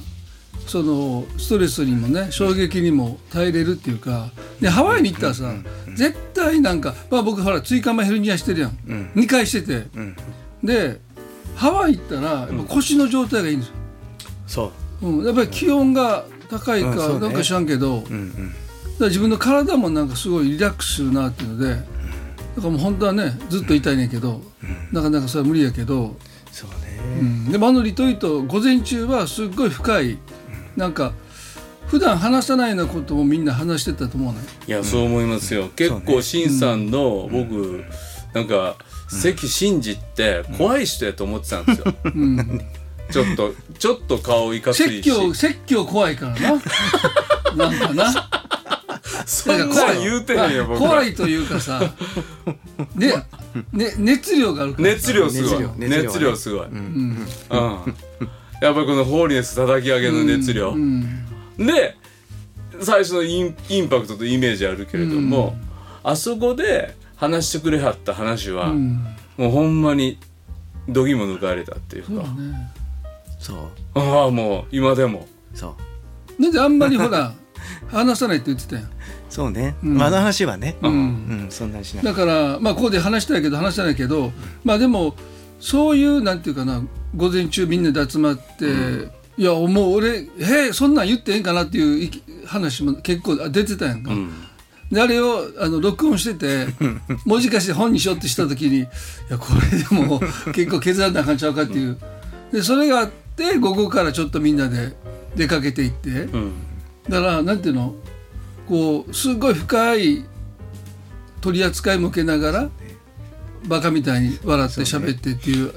Speaker 5: そのストレスにもね衝撃にも耐えれるっていうかでハワイに行ったらさ、絶対なんか、まあ、僕ほら追加もヘルニアしてるやん、2回してて、でハワイ行ったらやっぱ腰の状態がいいんですよ
Speaker 3: そう
Speaker 5: うん、やっぱり気温が高いか、
Speaker 3: うんそうね
Speaker 5: なんか知らんけど、だから自分の体もなんかすごいリラックスするなっていうので、だからもう本当はねずっと痛いねんけど、なかなかそれは無理やけど、
Speaker 3: そうね、
Speaker 5: うん、でもあのリトリート午前中はすっごい深いなんか普段話さないようなこともみんな話してたと思わない
Speaker 6: いや、そう思いますよ。結構しんさんの僕、なんか関真治って怖い人やと思ってたん ですよ。ちょっとちょっと顔いかつ
Speaker 5: 説
Speaker 6: いし。
Speaker 5: 教説教怖いからな なんかな。
Speaker 6: そんなん言うてへんよ僕。
Speaker 5: 怖いというかさ、ねね熱量があるから
Speaker 6: 熱量すごい。
Speaker 3: 熱量熱量はね
Speaker 6: 熱量すごい。うん。やっぱりこのホーリネス叩き上げの熱量。で、最初のインインパクトとイメージあるけれども、あそこで話してくれはった話は、もうほんまに、どぎも抜かれたっていうか、
Speaker 3: そう
Speaker 6: ああ、もう今でも。
Speaker 3: そう
Speaker 5: なんであんまりほら話さないって言ってたやん
Speaker 3: そうね、まあ、あの話はね、うんそんなにしない
Speaker 5: だからまあここで話したいけど話さないけどまあでもそういうなんていうかな午前中みんなで集まって、いやもう俺へえそんなん言ってええんかなっていう意見話も結構出てたやんか、であれをあの録音してて文字化して本にしようってした時にいやこれでも結構削らなあかんちゃうかっていうでそれがあって午後からちょっとみんなで出かけていって、
Speaker 6: うん。
Speaker 5: だからなんていうのこうすごい深い取り扱いも受けながらバカみたいに笑って喋ってっていう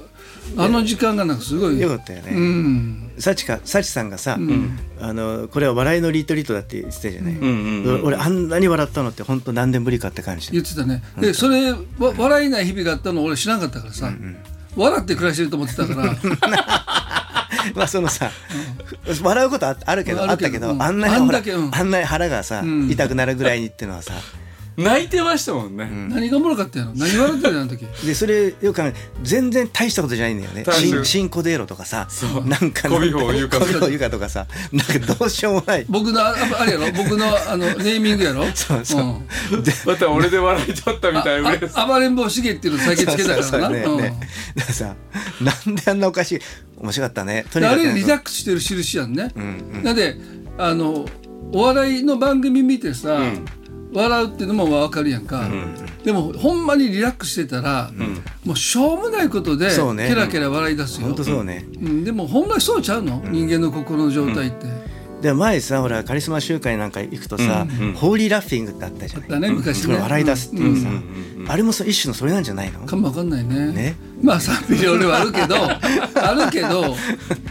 Speaker 5: あの時間がなんかすごい
Speaker 3: よかったよね、
Speaker 5: うん
Speaker 3: サチかサチさんがさ、
Speaker 5: ん
Speaker 3: あのこれは笑いのリトリートだって言ってたじゃない、
Speaker 6: うんうんうん
Speaker 3: お俺あんなに笑ったのって本当何年ぶりかって感じ
Speaker 5: 言ってたねでそれわ笑えない日々があったの俺知らなかったからさ、笑って暮らしてると思ってたから
Speaker 3: まあそのさ、笑うことああるけどあ
Speaker 5: ある
Speaker 3: っ
Speaker 5: け
Speaker 3: たけ
Speaker 5: ど
Speaker 3: ど、
Speaker 5: うん
Speaker 3: あんなに
Speaker 5: あん
Speaker 3: ほら
Speaker 5: だけうん
Speaker 3: あんなに腹がさ、
Speaker 5: ん
Speaker 3: 痛くなるぐらいにってのはさ
Speaker 6: 泣いてましたもんね、
Speaker 5: 何がおもろかったんやろ何笑ってるのあの時
Speaker 3: でそれよく考え全然大したことじゃないんだよね
Speaker 6: 大した
Speaker 3: 新新コデーロとかさ
Speaker 6: そう
Speaker 3: なんか
Speaker 6: コビホーユカ
Speaker 3: コビホーユカとかさなんかどうしようもない
Speaker 5: 僕のああれやろ僕のあのネーミングやろ
Speaker 3: そうそう
Speaker 5: うん
Speaker 3: で
Speaker 6: また俺で笑いとったみたいな嬉しさ
Speaker 5: ああ暴れん坊しげっていうの最近つけたからな
Speaker 3: そうそうそうねねだからさなんであんなおかしい面白かったねと
Speaker 5: うん
Speaker 3: に
Speaker 5: で
Speaker 3: か
Speaker 5: あ
Speaker 3: く
Speaker 5: れリラックスしてる印やんね、
Speaker 3: ん
Speaker 5: なんであのお笑いの番組見てさ、笑うっていうのも分かるやんか、でもほんまにリラックスしてたら、もうしょうもないことで
Speaker 3: そうね
Speaker 5: ケラケラ笑い出すよ、
Speaker 3: 本当そうね、
Speaker 5: うん、でもほんまにそうちゃうの、人間の心の状態って、
Speaker 3: で前さほらカリスマ集会なんか行くとさ、ホーリーラッフィングってあったじゃない
Speaker 5: だね昔
Speaker 3: そ
Speaker 5: ね
Speaker 3: れ笑い出すっていうさ、
Speaker 5: ん
Speaker 3: あれもその一種のそれなんじゃないの
Speaker 5: かもわかんないね
Speaker 3: ね
Speaker 5: まあ賛否両論あるけ どあるけど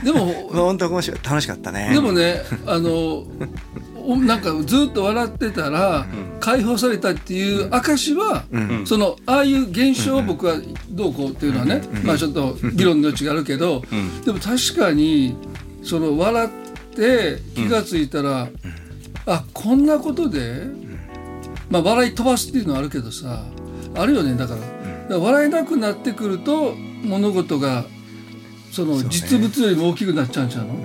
Speaker 5: でも
Speaker 3: 本当面白い楽しかったね
Speaker 5: でもね、あの、おなんかずっと笑ってたら、解放されたっていう証は、その、ああいう現象を僕はどうこうっていうのはね、まあちょっと議論の余地があるけど、でも確かに、その、笑って気がついたら、あ、こんなことで、まあ笑い飛ばすっていうのはあるけどさ、あるよね、だから。だから笑えなくなってくると、物事が、その実物よりも大きくなっちゃうんちゃうの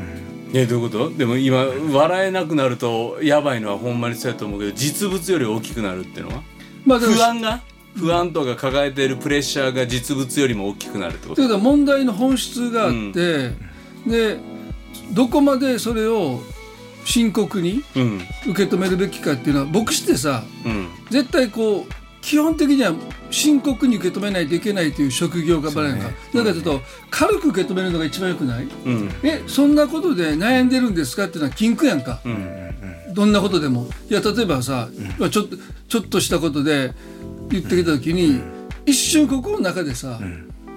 Speaker 6: えどういうことでも今笑えなくなるとやばいのはほんまにそうやと思うけど実物より大きくなるっていうのは
Speaker 5: まあでも
Speaker 6: 不安が不安とか抱えているプレッシャーが実物よりも大きくなるってこと
Speaker 5: ということは問題の本質があって、でどこまでそれを深刻に
Speaker 6: うん
Speaker 5: 受け止めるべきかっていうのは牧師ってさ
Speaker 6: うん
Speaker 5: 絶対こう基本的には深刻に受け止めないといけないという職業がバレなんか、だからちょっと軽く受け止めるのが一番よくない
Speaker 6: うん
Speaker 5: えそんなことで悩んでるんですかっていうのは禁句やんか、どんなことでもいや例えばさ、まあちょっとちょっとしたことで言ってきた時に、一瞬心の中でさ、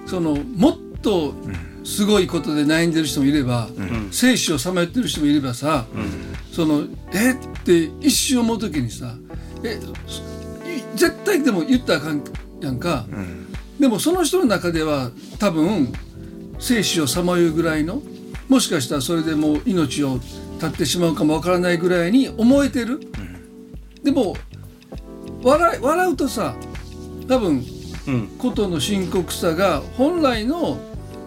Speaker 5: そのもっとすごいことで悩んでる人もいれば、生死をさまよってる人もいればさ、そのえって一瞬思う時にさえそい絶対でも言ったらあかんやんか、でもその人の中では多分生死をさまようぐらいのもしかしたらそれでもう命を絶ってしまうかもわからないぐらいに思えてる、でも笑い笑うとさ多分
Speaker 6: うん
Speaker 5: ことの深刻さが本来の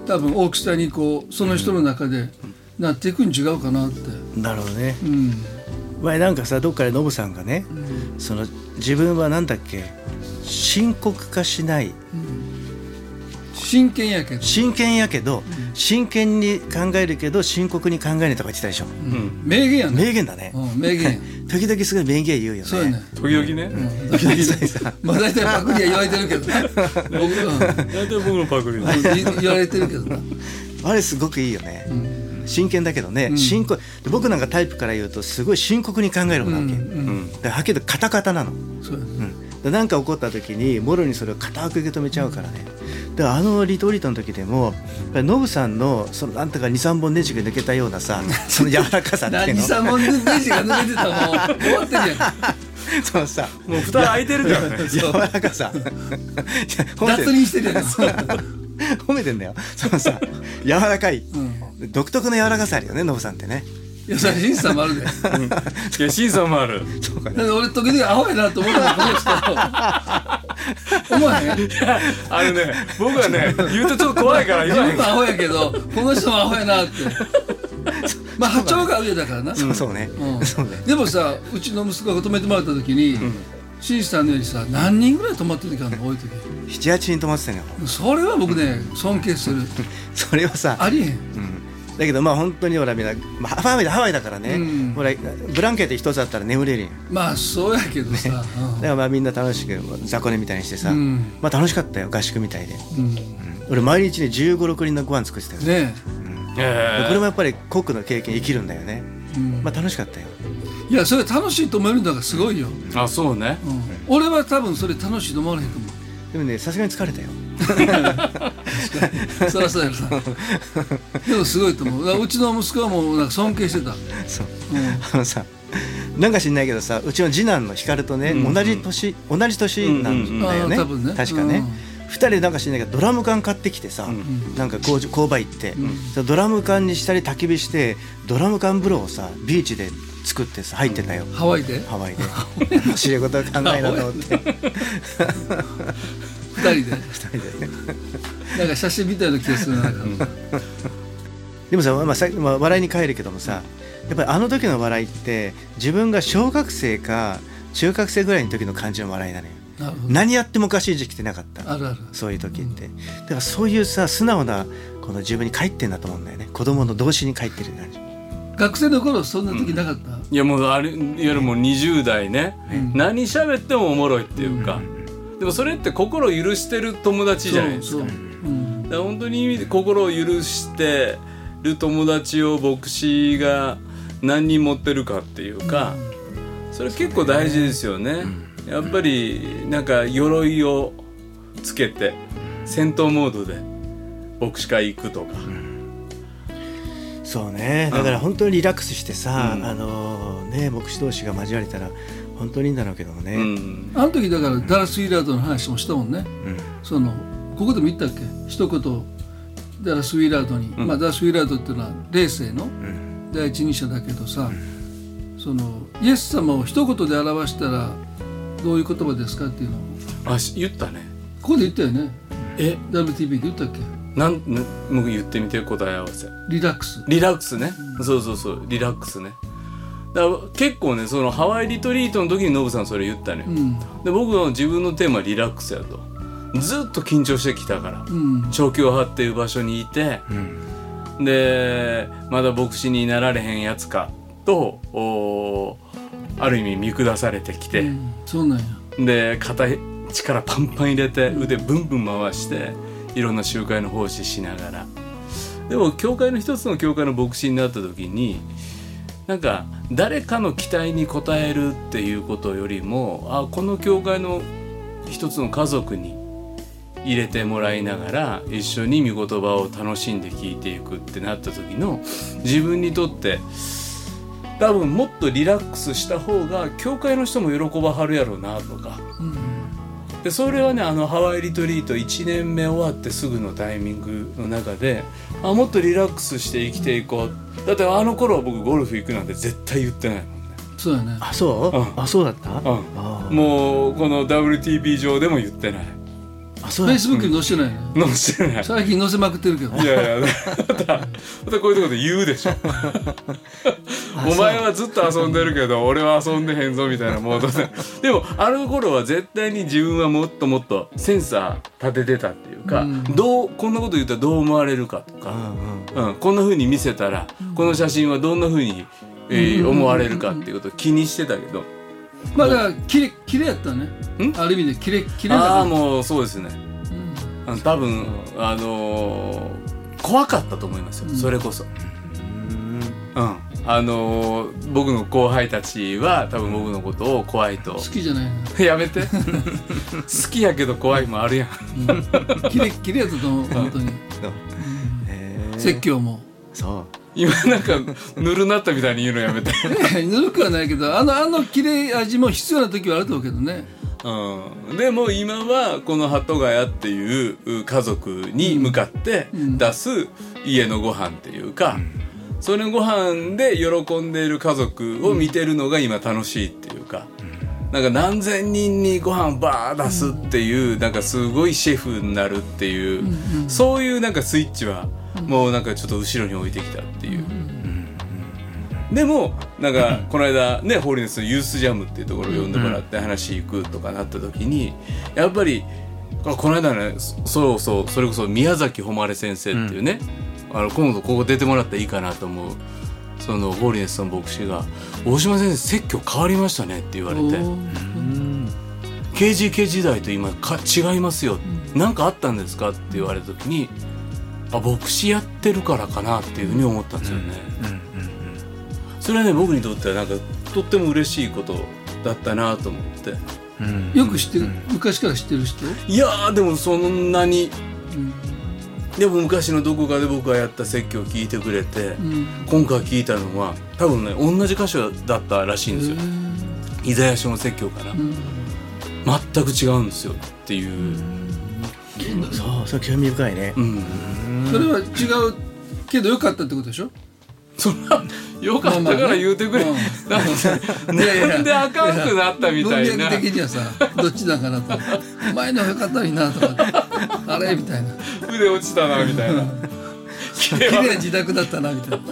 Speaker 5: 多分大きさにこうその人の中でなっていくん違うかなって、
Speaker 3: なるほどね
Speaker 5: うん、
Speaker 3: 前なんかさどっかでノブさんがね、その自分はなんだっけ深刻化しない
Speaker 5: 真剣やけど、
Speaker 3: 真剣やけど、真剣に考えるけど深刻に考えないとか言ってたでしょ、
Speaker 6: うん
Speaker 5: 名言やね、
Speaker 3: 名言だね、
Speaker 5: うん、名言や
Speaker 3: 時々すごい名言言うよね
Speaker 5: そうや ね
Speaker 6: 時々ね
Speaker 3: 時々さ
Speaker 5: まあ大体パクリは言われてるけどね僕、うん
Speaker 6: 大体僕のパクリ
Speaker 5: はい言言われてるけどな
Speaker 3: あれすごくいいよね、真剣だけどね、深刻で僕なんかタイプから言うとすごい深刻に考える方なわけ、
Speaker 5: うん
Speaker 6: うん
Speaker 3: だからはっきり言うとカタカタなの、
Speaker 5: そうやね
Speaker 3: でなんか起こった時にもろにそれを固く受け止めちゃうからねであのリトリートの時でもやっぱりノブさんのそのなんとか23本ネジが抜けたようなさその柔らかさっていう
Speaker 5: 何
Speaker 3: の
Speaker 5: さもネジが抜けてたらもう終わってる やん
Speaker 3: そのさ
Speaker 6: もう蓋開いてるからね
Speaker 3: 柔らかさいや褒めて
Speaker 5: 脱輪してるやん
Speaker 3: 褒めてんだよそのさ柔らかい、
Speaker 5: う
Speaker 3: 独特の柔らかさあるよねノブさんってね
Speaker 5: 優しいさもあるでだっ
Speaker 6: いや審査もある
Speaker 3: そうかね
Speaker 5: て俺時々アホやなと思うのこ の人思わへん
Speaker 6: あれね僕はね言うとちょっと怖いから言わへ
Speaker 5: 自分
Speaker 6: ん
Speaker 5: もアホやけどこの人もアホやなってまあ波長が上だからな
Speaker 3: そうそうね、
Speaker 5: うん
Speaker 3: そうね
Speaker 5: でもさうちの息子が泊めてもらった時にしんさんのよりさ何人ぐらい泊まってる時あるの多い時
Speaker 3: 78人泊まってたのよ
Speaker 5: それは僕ね尊敬する
Speaker 3: それをさ
Speaker 5: ありえん
Speaker 3: だけどまあ本当にほらみんな、まあ、ハワイだハワイだからね、
Speaker 5: うん
Speaker 3: ほらブランケット一つあったら眠れるやん
Speaker 5: まあそうやけどさ、
Speaker 3: だからまあみんな楽しく雑魚寝みたいにしてさ、
Speaker 5: うん
Speaker 3: まあ楽しかったよ合宿みたいで、
Speaker 5: うんうん
Speaker 3: 俺毎日ね1 5六6人のご飯作ってたよ、
Speaker 5: ね
Speaker 3: これもやっぱりコックの経験生きるんだよね、
Speaker 5: え、うん
Speaker 3: まあ楽しかったよ
Speaker 5: いやそれ楽しいと思えるのがすごいよ、
Speaker 6: あそうね
Speaker 5: うん俺は多分それ楽しいと思われへ んと思う
Speaker 3: でもねさすがに疲れた よ
Speaker 5: そらそうやろさでもすごいと思うだからうちの息子はもうなんか尊敬してた、
Speaker 3: そう
Speaker 5: うん
Speaker 3: あのさなんか知んないけどさうちの次男の光とね、同じ年同じ年なんだよね,、
Speaker 5: うんうんうんあー多分ね
Speaker 3: 確かね、
Speaker 5: うん
Speaker 3: 2人でなんか知んないけどドラム缶買ってきてさ、なんか工場購買行って、そのドラム缶にしたり焚き火してドラム缶風呂をさビーチで作ってさ入ってたよ、
Speaker 5: ハワイで
Speaker 3: ハワイで面白いことは考えなと思って
Speaker 5: 二人で
Speaker 3: 2人でね
Speaker 5: なんか写真みたいな気がするななんか
Speaker 3: でもさ、まあ、さまあ笑いに変えるけどもさやっぱりあの時の笑いって自分が小学生か中学生ぐらいの時の感じの笑いだね
Speaker 5: なるほど
Speaker 3: 何やってもおかしい時期ってなかった
Speaker 5: あるある
Speaker 3: そういう時ってだからそういうさ素直なこの自分に帰ってんだと思うんだよね子供の童心に帰ってる感じ
Speaker 5: 学生の頃そんな時なかった、
Speaker 6: いやもうあれいわゆるもう20代ね、何喋ってもおもろいっていうか、でもそれって心許してる友達じゃないで
Speaker 5: そ
Speaker 6: すか
Speaker 5: うそう、うん
Speaker 6: だから本当に意味で心を許してる友達を牧師が何人持ってるかっていうか、それ結構大事ですよね、やっぱりなんか鎧をつけて戦闘モードで牧師会行くとか、
Speaker 3: そうねだから本当にリラックスしてさ、
Speaker 6: うん
Speaker 3: あのね牧師同士が交われたら本当にいいんだろうけどもね、
Speaker 6: うん、
Speaker 5: あの時だからダラス・イラードの話もしたもんね、そのここでも言ったっけ一言ダラス・ウィラードに、まあ、ダラス・ウィラードっていうのは霊性の第一人者だけどさ、そのイエス様を一言で表したらどういう言葉ですかっていうのを
Speaker 6: あし言ったね
Speaker 5: ここで言ったよね
Speaker 6: え
Speaker 5: WTV で言ったっけ
Speaker 6: なんなもう言ってみて答え合わせ
Speaker 5: リラックス
Speaker 6: リラックスね、そうそうそうリラックスねだから結構ねそのハワイリトリートの時にノブさんそれ言ったのよ、
Speaker 5: うん
Speaker 6: で僕の自分のテーマはリラックスやとずっと緊張してきたから
Speaker 5: うん
Speaker 6: 調教派っていう場所にいて、でまだ牧師になられへんやつかとおーある意味見下されてき
Speaker 5: う
Speaker 6: て、
Speaker 5: んそうなんや
Speaker 6: で肩へ力パンパン入れて腕ブンブン回していろんな集会の奉仕しながらでも教会の一つの教会の牧師になった時になんか誰かの期待に応えるっていうことよりもあこの教会の一つの家族に入れてもらいながら一緒に御言葉を楽しんで聞いていくってなった時の自分にとって多分もっとリラックスした方が教会の人も喜ばはるやろうなとか、でそれはねあのハワイリトリート1年目終わってすぐのタイミングの中であもっとリラックスして生きていこうだってあの頃は僕ゴルフ行くなんて絶対言ってないもんね、
Speaker 5: そうやね
Speaker 3: あそう、
Speaker 6: うん
Speaker 3: あそうだった、
Speaker 6: う
Speaker 3: あ
Speaker 6: ん、もうこの WTB 上でも言ってない
Speaker 3: あそうだ
Speaker 5: フ
Speaker 3: っ
Speaker 5: ェイスブックに載せてないね
Speaker 6: のしてない
Speaker 5: 最近載せまくってるけど
Speaker 6: いやいや、また、またこういうところで言うでしょ。お前はずっと遊んでるけど、俺は遊んでへんぞみたいなモードで。でも、あの頃は絶対に自分はもっともっとセンサー立ててたっていうか、
Speaker 5: うん
Speaker 6: どう、こんなこと言ったらどう思われるかと
Speaker 3: た、う
Speaker 6: か、
Speaker 3: んうん、
Speaker 6: うん、こんな風に見せたら、この写真はどんな風に、えー思われるかっていうことを気にしてたけど、
Speaker 5: まあだからキレキレやったね
Speaker 6: ん
Speaker 5: ある意味でキレキレだ
Speaker 6: ああ、
Speaker 5: か
Speaker 6: もうそうですね。あの多分、あのー怖かったと思いますよ、それこそ。うん、あのー僕の後輩たちは多分僕のことを怖いと
Speaker 5: ら好きじゃないの
Speaker 6: や めて好きやけど怖いもあるやん
Speaker 5: キレキレやったと思う本当に
Speaker 3: へえ
Speaker 5: 説教も
Speaker 3: そう
Speaker 6: 今なんかぬるなったみたいに言うのやめて、
Speaker 5: ぬるくはないけどあのあの切れ味も必要な時はあると思うけどね
Speaker 6: うん、でも今はこの鳩ヶ谷っていうう家族に向かって
Speaker 5: ん
Speaker 6: 出す家のご飯っていうか、そのご飯で喜んでいる家族を見てるのが今楽しいっていうか、なんか何千人にご飯バー出すっていう、なんかすごいシェフになるっていう、そういうなんかスイッチはもうなんかちょっと後ろに置いてきたっていう。でもなんかこの間ねホーリネスのユースジャムっていうところを呼んでもらって話行くとかなった時にやっぱりあこの間ねそそうそうそれこそ宮崎誉先生っていうね、あの今度ここ出てもらったらいいかなと思うそのホーリネスの牧師が「大島先生説教変わりましたね」って言われて
Speaker 5: おー
Speaker 6: KGK 時代と今か違いますよ何かあったんですかって言われた時にあ牧師やってるからかなっていうふうに思ったんですよね。
Speaker 7: それはね僕にとってはなんかとっても嬉しいことだったなと思って
Speaker 3: うん
Speaker 5: よく知ってる、昔から知ってる人、
Speaker 7: いやーでもそんなに
Speaker 5: うん
Speaker 7: でも昔のどこかで僕がやった説教を聞いてくれて、
Speaker 5: うん
Speaker 7: 今回聞いたのは多分ね同じ箇所だったらしいんですよ、イザヤ書の説教かな、全く違うんですよっていう、
Speaker 3: そうそう興味深いね、
Speaker 7: うん、
Speaker 5: それは違うけどよかったってことでしょ
Speaker 6: そんなよかったから言うてくれ、
Speaker 5: まあま
Speaker 6: なん
Speaker 5: いやいや
Speaker 6: かなんであかんくなったみたい
Speaker 5: 文
Speaker 6: な
Speaker 5: 脈的にはさどっちだかなと「前の方がよかったのにな」とか「あれ?」みたいな
Speaker 6: 腕落ちたなみたいな
Speaker 5: 「綺麗な自宅だったな」みたいな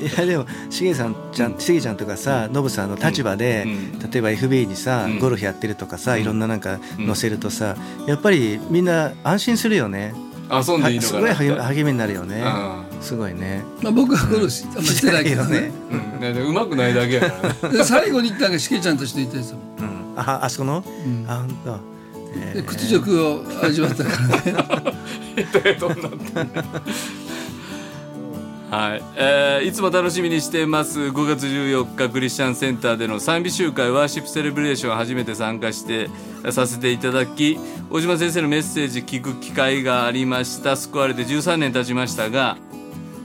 Speaker 5: い
Speaker 3: やでもしげさんちゃんしげちゃんとかさノブさんの立場で、例えば FBI にさ、
Speaker 7: ん
Speaker 3: ゴルフやってるとかさ、いろんななんか載せるとさやっぱりみんな安心するよね
Speaker 6: 遊んでいい
Speaker 3: は
Speaker 6: の
Speaker 3: す
Speaker 6: か
Speaker 3: ごい
Speaker 6: な
Speaker 3: 励励みになるよね
Speaker 6: あ
Speaker 3: すごいね
Speaker 5: まあ僕はゴルフしあんましてないけどね
Speaker 6: うんだってうまくないだけやからね
Speaker 5: で最後に行ったのがしけちゃんとしていたやつだもん
Speaker 3: うんああそこの、
Speaker 5: ん
Speaker 3: あ本当。え
Speaker 5: で
Speaker 3: ー
Speaker 5: 屈辱を味わったから ね
Speaker 6: はい、えーいつも楽しみにしてます5月14日クリスチャンセンターでの賛美集会ワーシップセレブレーション初めて参加してさせていただき大島先生のメッセージ聞く機会がありました救われて13年経ちましたが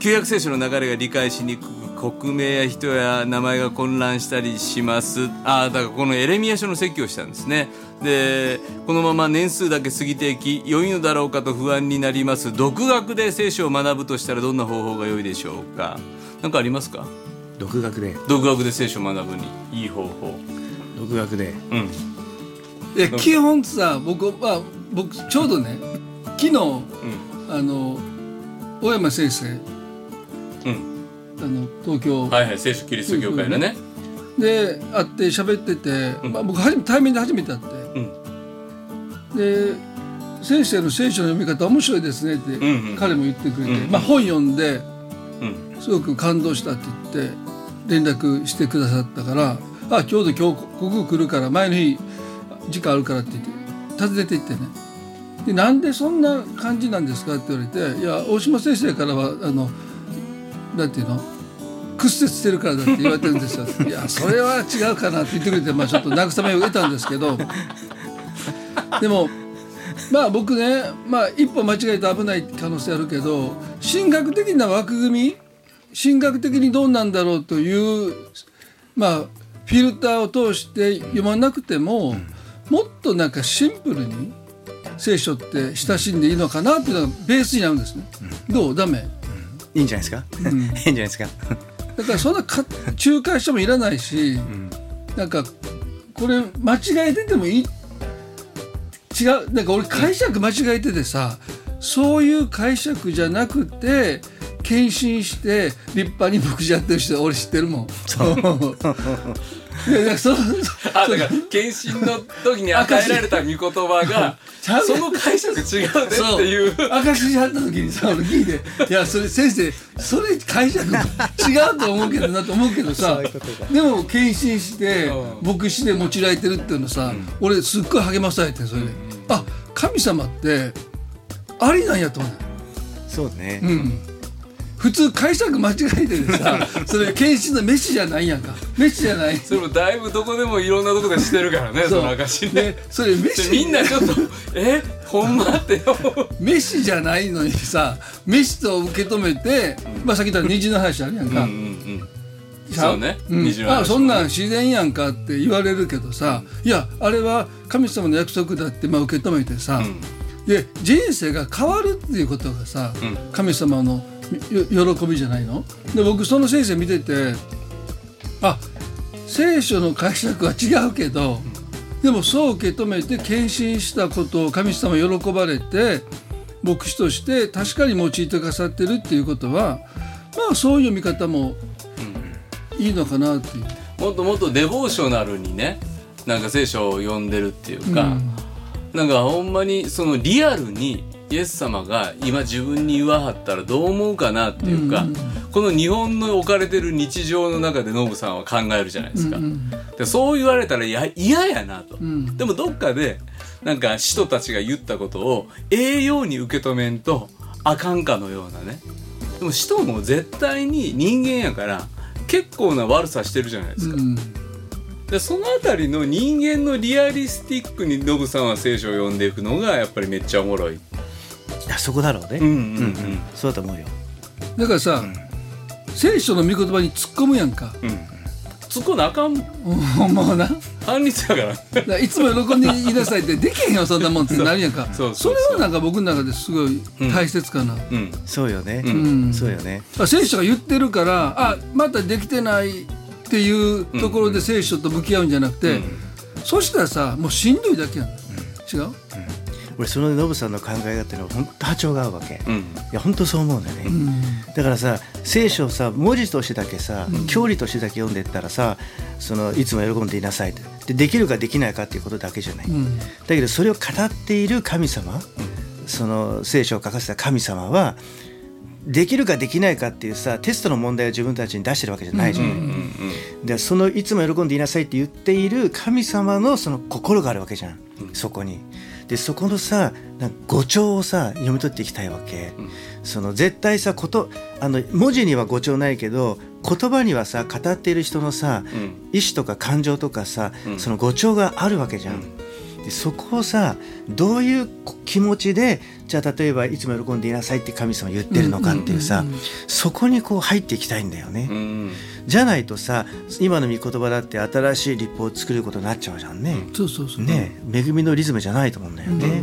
Speaker 6: 旧約聖書の流れが理解しにくく国名や人や名前が混乱したりしますああだからこのエレミア書の説教をしたんですねでこのまま年数だけ過ぎていき良いのだろうかと不安になります独学で聖書を学ぶとしたらどんな方法が良いでしょうか何かありますか
Speaker 3: 独学で
Speaker 6: 独学で聖書を学ぶにいい方法
Speaker 3: 独学で
Speaker 6: うん
Speaker 5: いや基本さ僕は僕ちょうどね昨日あの大山先生
Speaker 6: うん
Speaker 5: あの東京
Speaker 6: はいはい聖書キリスト教会のね
Speaker 5: で会って喋ってて、
Speaker 6: うん
Speaker 5: まあ、僕初め対面で初めて会って、で先生の聖書の読み方面白いですねって
Speaker 6: んうん
Speaker 5: 彼も言ってくれて、
Speaker 6: うんうん
Speaker 5: まあ、本読んで
Speaker 6: うん
Speaker 5: すごく感動したって言って連絡してくださったから「あちょうど今日ここ来るから前の日時間あるから」って言って訪ねて行ってねでなんでそんな感じなんですかって言われて「いや大島先生からはあのなんていうの屈折してるからだって言われてるんですよ。 いやそれは違うかなって言ってくれて、まあ、ちょっと慰めを得たんですけどでもまあ僕ね、まあ、一歩間違えて危ない可能性あるけど神学的な枠組み神学的にどうなんだろうという、まあ、フィルターを通して読まなくても、もっとなんかシンプルに聖書って親しんでいいのかなっていうのがベースになるんですね。どうダメ
Speaker 3: いいんじゃないですか、 いいんじゃないですか
Speaker 5: だからそんなか仲介してもいらないし、なんかこれ間違えててもいい違うなんか俺解釈間違えててさ、そういう解釈じゃなくて献身して立派に牧師やってる人俺知ってるもん。 そういやいやそうそう
Speaker 6: あだから献身の時に与えられた御言葉が
Speaker 5: ちゃう
Speaker 6: その解釈違うねっていう
Speaker 5: 証しはった時にさ俺聞いて「いやそれ先生それ解釈違うと思うけどな」と思うけどさでも献身して牧師で用いられてるっていうのさ、俺すっごい励まされてそれで、あ神様ってありなんやと思う
Speaker 3: そうね、
Speaker 5: うん、普通解釈間違えててさそれ献身の飯じゃないやんか飯じゃない
Speaker 6: それもだいぶどこでもいろんなとこでしてるからねその証ね
Speaker 5: でそれ
Speaker 6: で
Speaker 5: 飯
Speaker 6: みんなち ょっと「えほんま?」って思う
Speaker 5: 飯じゃないのにさ飯と受け止めて、まあさっき言った虹の話あるやんか、
Speaker 6: うん
Speaker 5: ちゃ
Speaker 6: そうね
Speaker 5: ん
Speaker 6: 虹の話
Speaker 5: あそんなん自然やんかって言われるけどさ、いやあれは神様の約束だってまあ受け止めてさ、で人生が変わるっていうことがさ、神様のよ喜びじゃないので僕その先生見ててあ聖書の解釈は違うけど、でもそう受け止めて献身したことを神様喜ばれて牧師として確かに用いてくださってるっていうことはまあそういう見方もいいのかなっていう。
Speaker 6: もっともっとデボーショナルにねなんか聖書を読んでるっていうか、なんかほんまにそのリアルにイエス様が今自分に言わはったらどう思うかなっていうか、この日本の置かれてる日常の中でノブさんは考えるじゃないですか。でそう言われたらいや嫌やなと、でもどっかでなんか使徒たちが言ったことを栄養に受け止めんとあかんかのようなねでも使徒も絶対に人間やから結構な悪さしてるじゃないですか、
Speaker 5: うん
Speaker 6: でそのあたりの人間のリアリスティックにノブさんは聖書を読んでいくのがやっぱりめっちゃおもろい。
Speaker 3: いやそこだろうね、
Speaker 6: うんうんうん
Speaker 3: そうだと思うよ
Speaker 5: だからさ、聖書の御言葉に突っ込むやんか
Speaker 6: そこなあかん
Speaker 5: もうな
Speaker 6: 反日だから
Speaker 5: だからいつも喜んで言いなさいってできへんよそんなもんってなるやんか
Speaker 6: そうそうそう
Speaker 5: れはなんか僕の中ですごい大切かな、
Speaker 6: うん
Speaker 3: そうよね、
Speaker 5: うん
Speaker 3: そうよね
Speaker 5: あ聖書が言ってるからあまたできてないっていうところで聖書と向き合うんじゃなくて、そしたらさもうしんどいだけやん、違う
Speaker 3: 俺そのノブさんの考え方っていうのは本当波長が合うわけ、
Speaker 6: う
Speaker 3: い
Speaker 6: ん
Speaker 3: や本当そう思うんだよね、だからさ聖書をさ文字としてだけさ、教理としてだけ読んでったらさそのいつも喜んでいなさいってでできるかできないかっていうことだけじゃない、
Speaker 5: ん
Speaker 3: だけどそれを語っている神様、その聖書を書かせた神様はできるかできないかっていうさテストの問題を自分たちに出してるわけじゃないじゃない、でそのいつも喜んでいなさいって言っている神様のその心があるわけじゃん、そこに。でそこのさなんか語調をさ読み取っていきたいわけ、その絶対さことあの文字には語調ないけど言葉にはさ語っている人のさ、
Speaker 6: ん
Speaker 3: 意思とか感情とかさ、その語調があるわけじゃん。でそこをさどういう気持ちでじゃあ例えばいつも喜んでいなさいって神様言ってるのかっていうさ、そこにこう入っていきたいんだよね。
Speaker 6: うん
Speaker 3: じゃないとさ今の御言葉だって新しい立法を作ることになっちゃうじゃんね。
Speaker 5: そうそうそう、
Speaker 3: ねえ恵みのリズムじゃないと思うんだよね。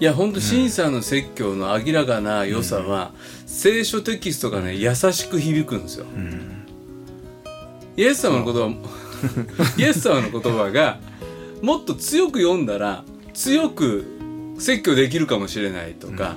Speaker 6: いやほんとシンさんの説教の明らかな良さは、聖書テキストがね優しく響くんですよ、イエス様の言葉もイエス様の言葉がもっと強く読んだら強く説教できるかもしれないとか、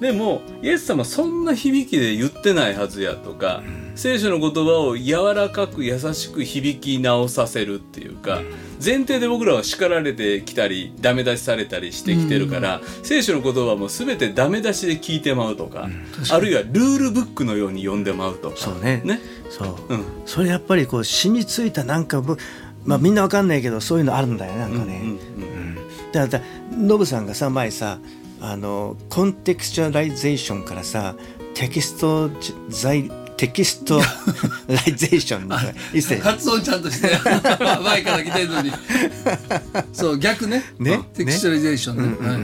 Speaker 6: でもイエス様そんな響きで言ってないはずやとか、聖書の言葉を柔らかく優しく響き直させるっていうか、前提で僕らは叱られてきたりダメ出しされたりしてきてるから、聖書の言葉も全てダメ出しで聞いてまうとか、あるいはルールブックのように読んでまうとか。
Speaker 3: そうね
Speaker 6: ね
Speaker 3: そう、
Speaker 6: うん
Speaker 3: それやっぱりこう染みついたなんかぶまあみんなわかんないけどそういうのあるんだよねなんかね。
Speaker 6: うん
Speaker 3: だからノブさんがさ前さあのコンテクスチュアライゼーションからさテキストザイテキストライゼーションみたいな言ってたよね
Speaker 5: 発音ちゃんとして前から来てるのにそう逆ね
Speaker 3: ね
Speaker 5: テキスチュアリゼーションねはい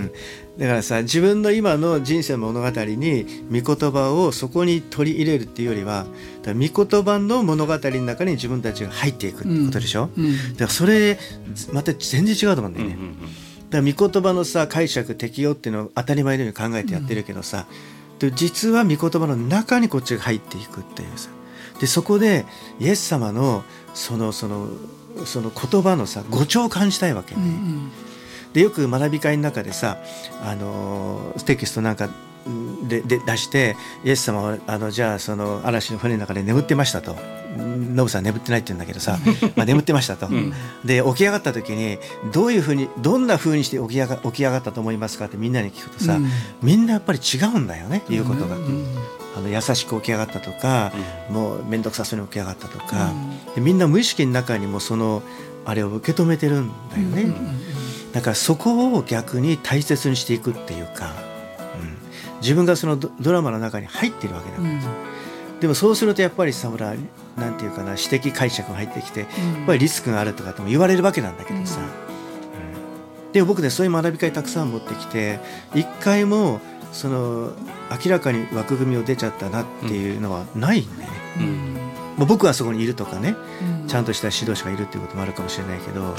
Speaker 3: だからさ自分の今の人生の物語に御言葉をそこに取り入れるっていうよりはだから御言葉の物語の中に自分たちが入っていくってことでしょ、
Speaker 5: うん
Speaker 3: だからそれずまた全然違うと思うんだよね、だから御言葉のさ解釈適用っていうのを当たり前のように考えてやってるけどさ、で実は御言葉の中にこっちが入っていくっていうさでそこでイエス様のそのそのその言葉のさ語調を感じたいわけね、でよく学び会の中でさ、あのーテキストなんかんでで出してイエス様はあのじゃあその嵐の船の中で眠ってましたとんノブさん眠ってないって言うんだけど さまあ眠ってましたと、で起き上がった時にどういうふうにどんなふうにして起き上が起き上がったと思いますかってみんなに聞くとさ、
Speaker 5: うん
Speaker 3: みんなやっぱり違うんだよね言うことが。あの優しく起き上がったとか、もう面倒くさそうに起き上がったとか、でみんな無意識の中にもそのあれを受け止めてるんだよね。だからそこを逆に大切にしていくっていうか、うん、自分がそのドドラマの中に入ってるわけだから、でもそうするとやっぱりさほらなんていうかな私的解釈が入ってきて、やっぱりリスクがあるとかっても言われるわけなんだけどさ、うんでも僕ねそういう学び会たくさん持ってきて一回もその明らかに枠組みを出ちゃったなっていうのはないんだよね。まあ、僕はそこにいるとかね、ちゃんとした指導者がいるっていうこともあるかもしれないけど、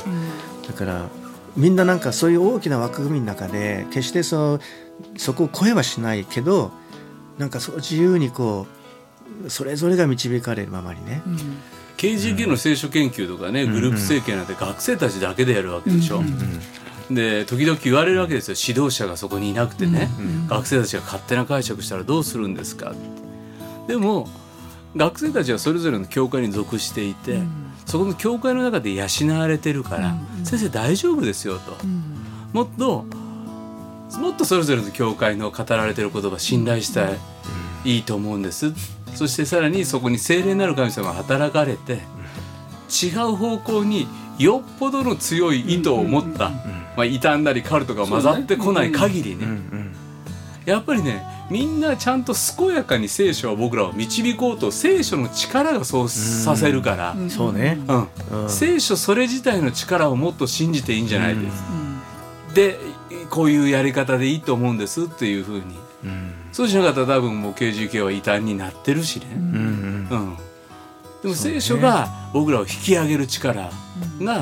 Speaker 3: だからみんななんかそういう大きな枠組みの中で決してそのそこを超えはしないけどなんかそう自由にこうそれぞれが導かれるままにね、
Speaker 6: KGK の聖書研究とかね、グループ整形なんて学生たちだけでやるわけでしょ、で時々言われるわけですよ指導者がそこにいなくてね、学生たちが勝手な解釈したらどうするんですかってでも学生たちはそれぞれの教会に属していて、そこの教会の中で養われてるから、先生大丈夫ですよと、もっともっとそれぞれの教会の語られてる言葉信頼したい、いいと思うんですそしてさらにそこに精霊なる神様が働かれて違う方向によっぽどの強い意図を持った、まあ、傷んだりカルトが混ざってこない限りねやっぱりねみんなちゃんと健やかに聖書は僕らを導こうと聖書の力がそうさせるから、
Speaker 5: ん
Speaker 3: そうね、
Speaker 6: うん
Speaker 3: うん
Speaker 6: 聖書それ自体の力をもっと信じていいんじゃないです、でこういうやり方でいいと思うんですっていうふうに
Speaker 3: うん
Speaker 6: そうしなかったら多分もう KGK は異端になってるしね、
Speaker 3: うんうん
Speaker 6: うん、でも聖書が僕らを引き上げる力が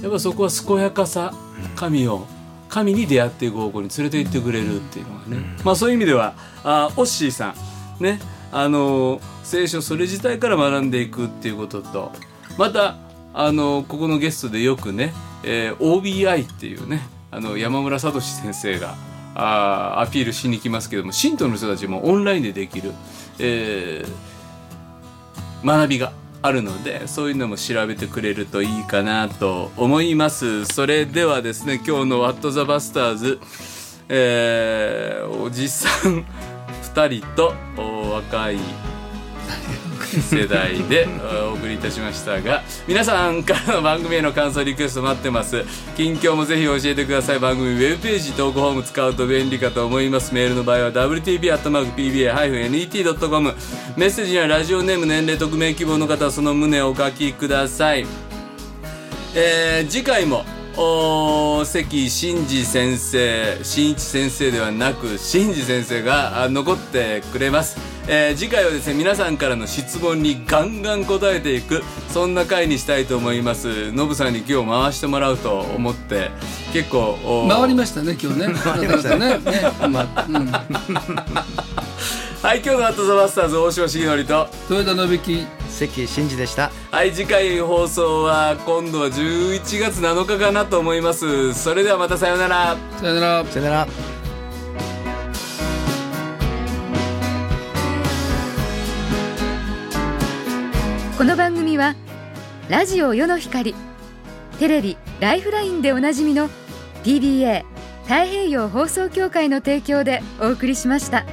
Speaker 6: やっぱそこは健やかさ神を神に出会っていく方向に連れて行ってくれるっていうのがね、まあ、そういう意味ではあオッシーさんねあの聖書それ自体から学んでいくっていうこととまたあのここのゲストでよくね、えー OBI っていうねあの山村聡先生があーアピールしに来ますけども信徒の人たちもオンラインでできる、えー学びがあるのでそういうのも調べてくれるといいかなと思いますそれではですね今日の「ワット・ザ・バスターズ」えーおじさん2人とお若い世代でお送りいたしましたが皆さんからの番組への感想リクエスト待ってます近況もぜひ教えてください番組ウェブページ投稿フォーム使うと便利かと思いますメールの場合は wtb.pba-net.com メッセージにはラジオネーム年齢匿名希望の方はその旨をお書きくださいえー次回もおー関真二先生真一先生ではなく真二先生があ残ってくれます、えー次回はですね皆さんからの質問にガンガン答えていくそんな回にしたいと思いますノブさんに今日回してもらうと思って結構おー
Speaker 5: 回りましたね今日ね。回りましたね。ね、まあ、うん。
Speaker 6: はい今日の「アットザバスターズ大塩重則と
Speaker 5: 豊田信樹
Speaker 3: 関真嗣でした
Speaker 6: はい次回放送は今度は11月7日かなと思いますそれではまたさようなら
Speaker 5: さよなら。
Speaker 3: さよなら
Speaker 2: この番組はラジオ世の光テレビ「ライフライン」でおなじみの PBA 太平洋放送協会の提供でお送りしました。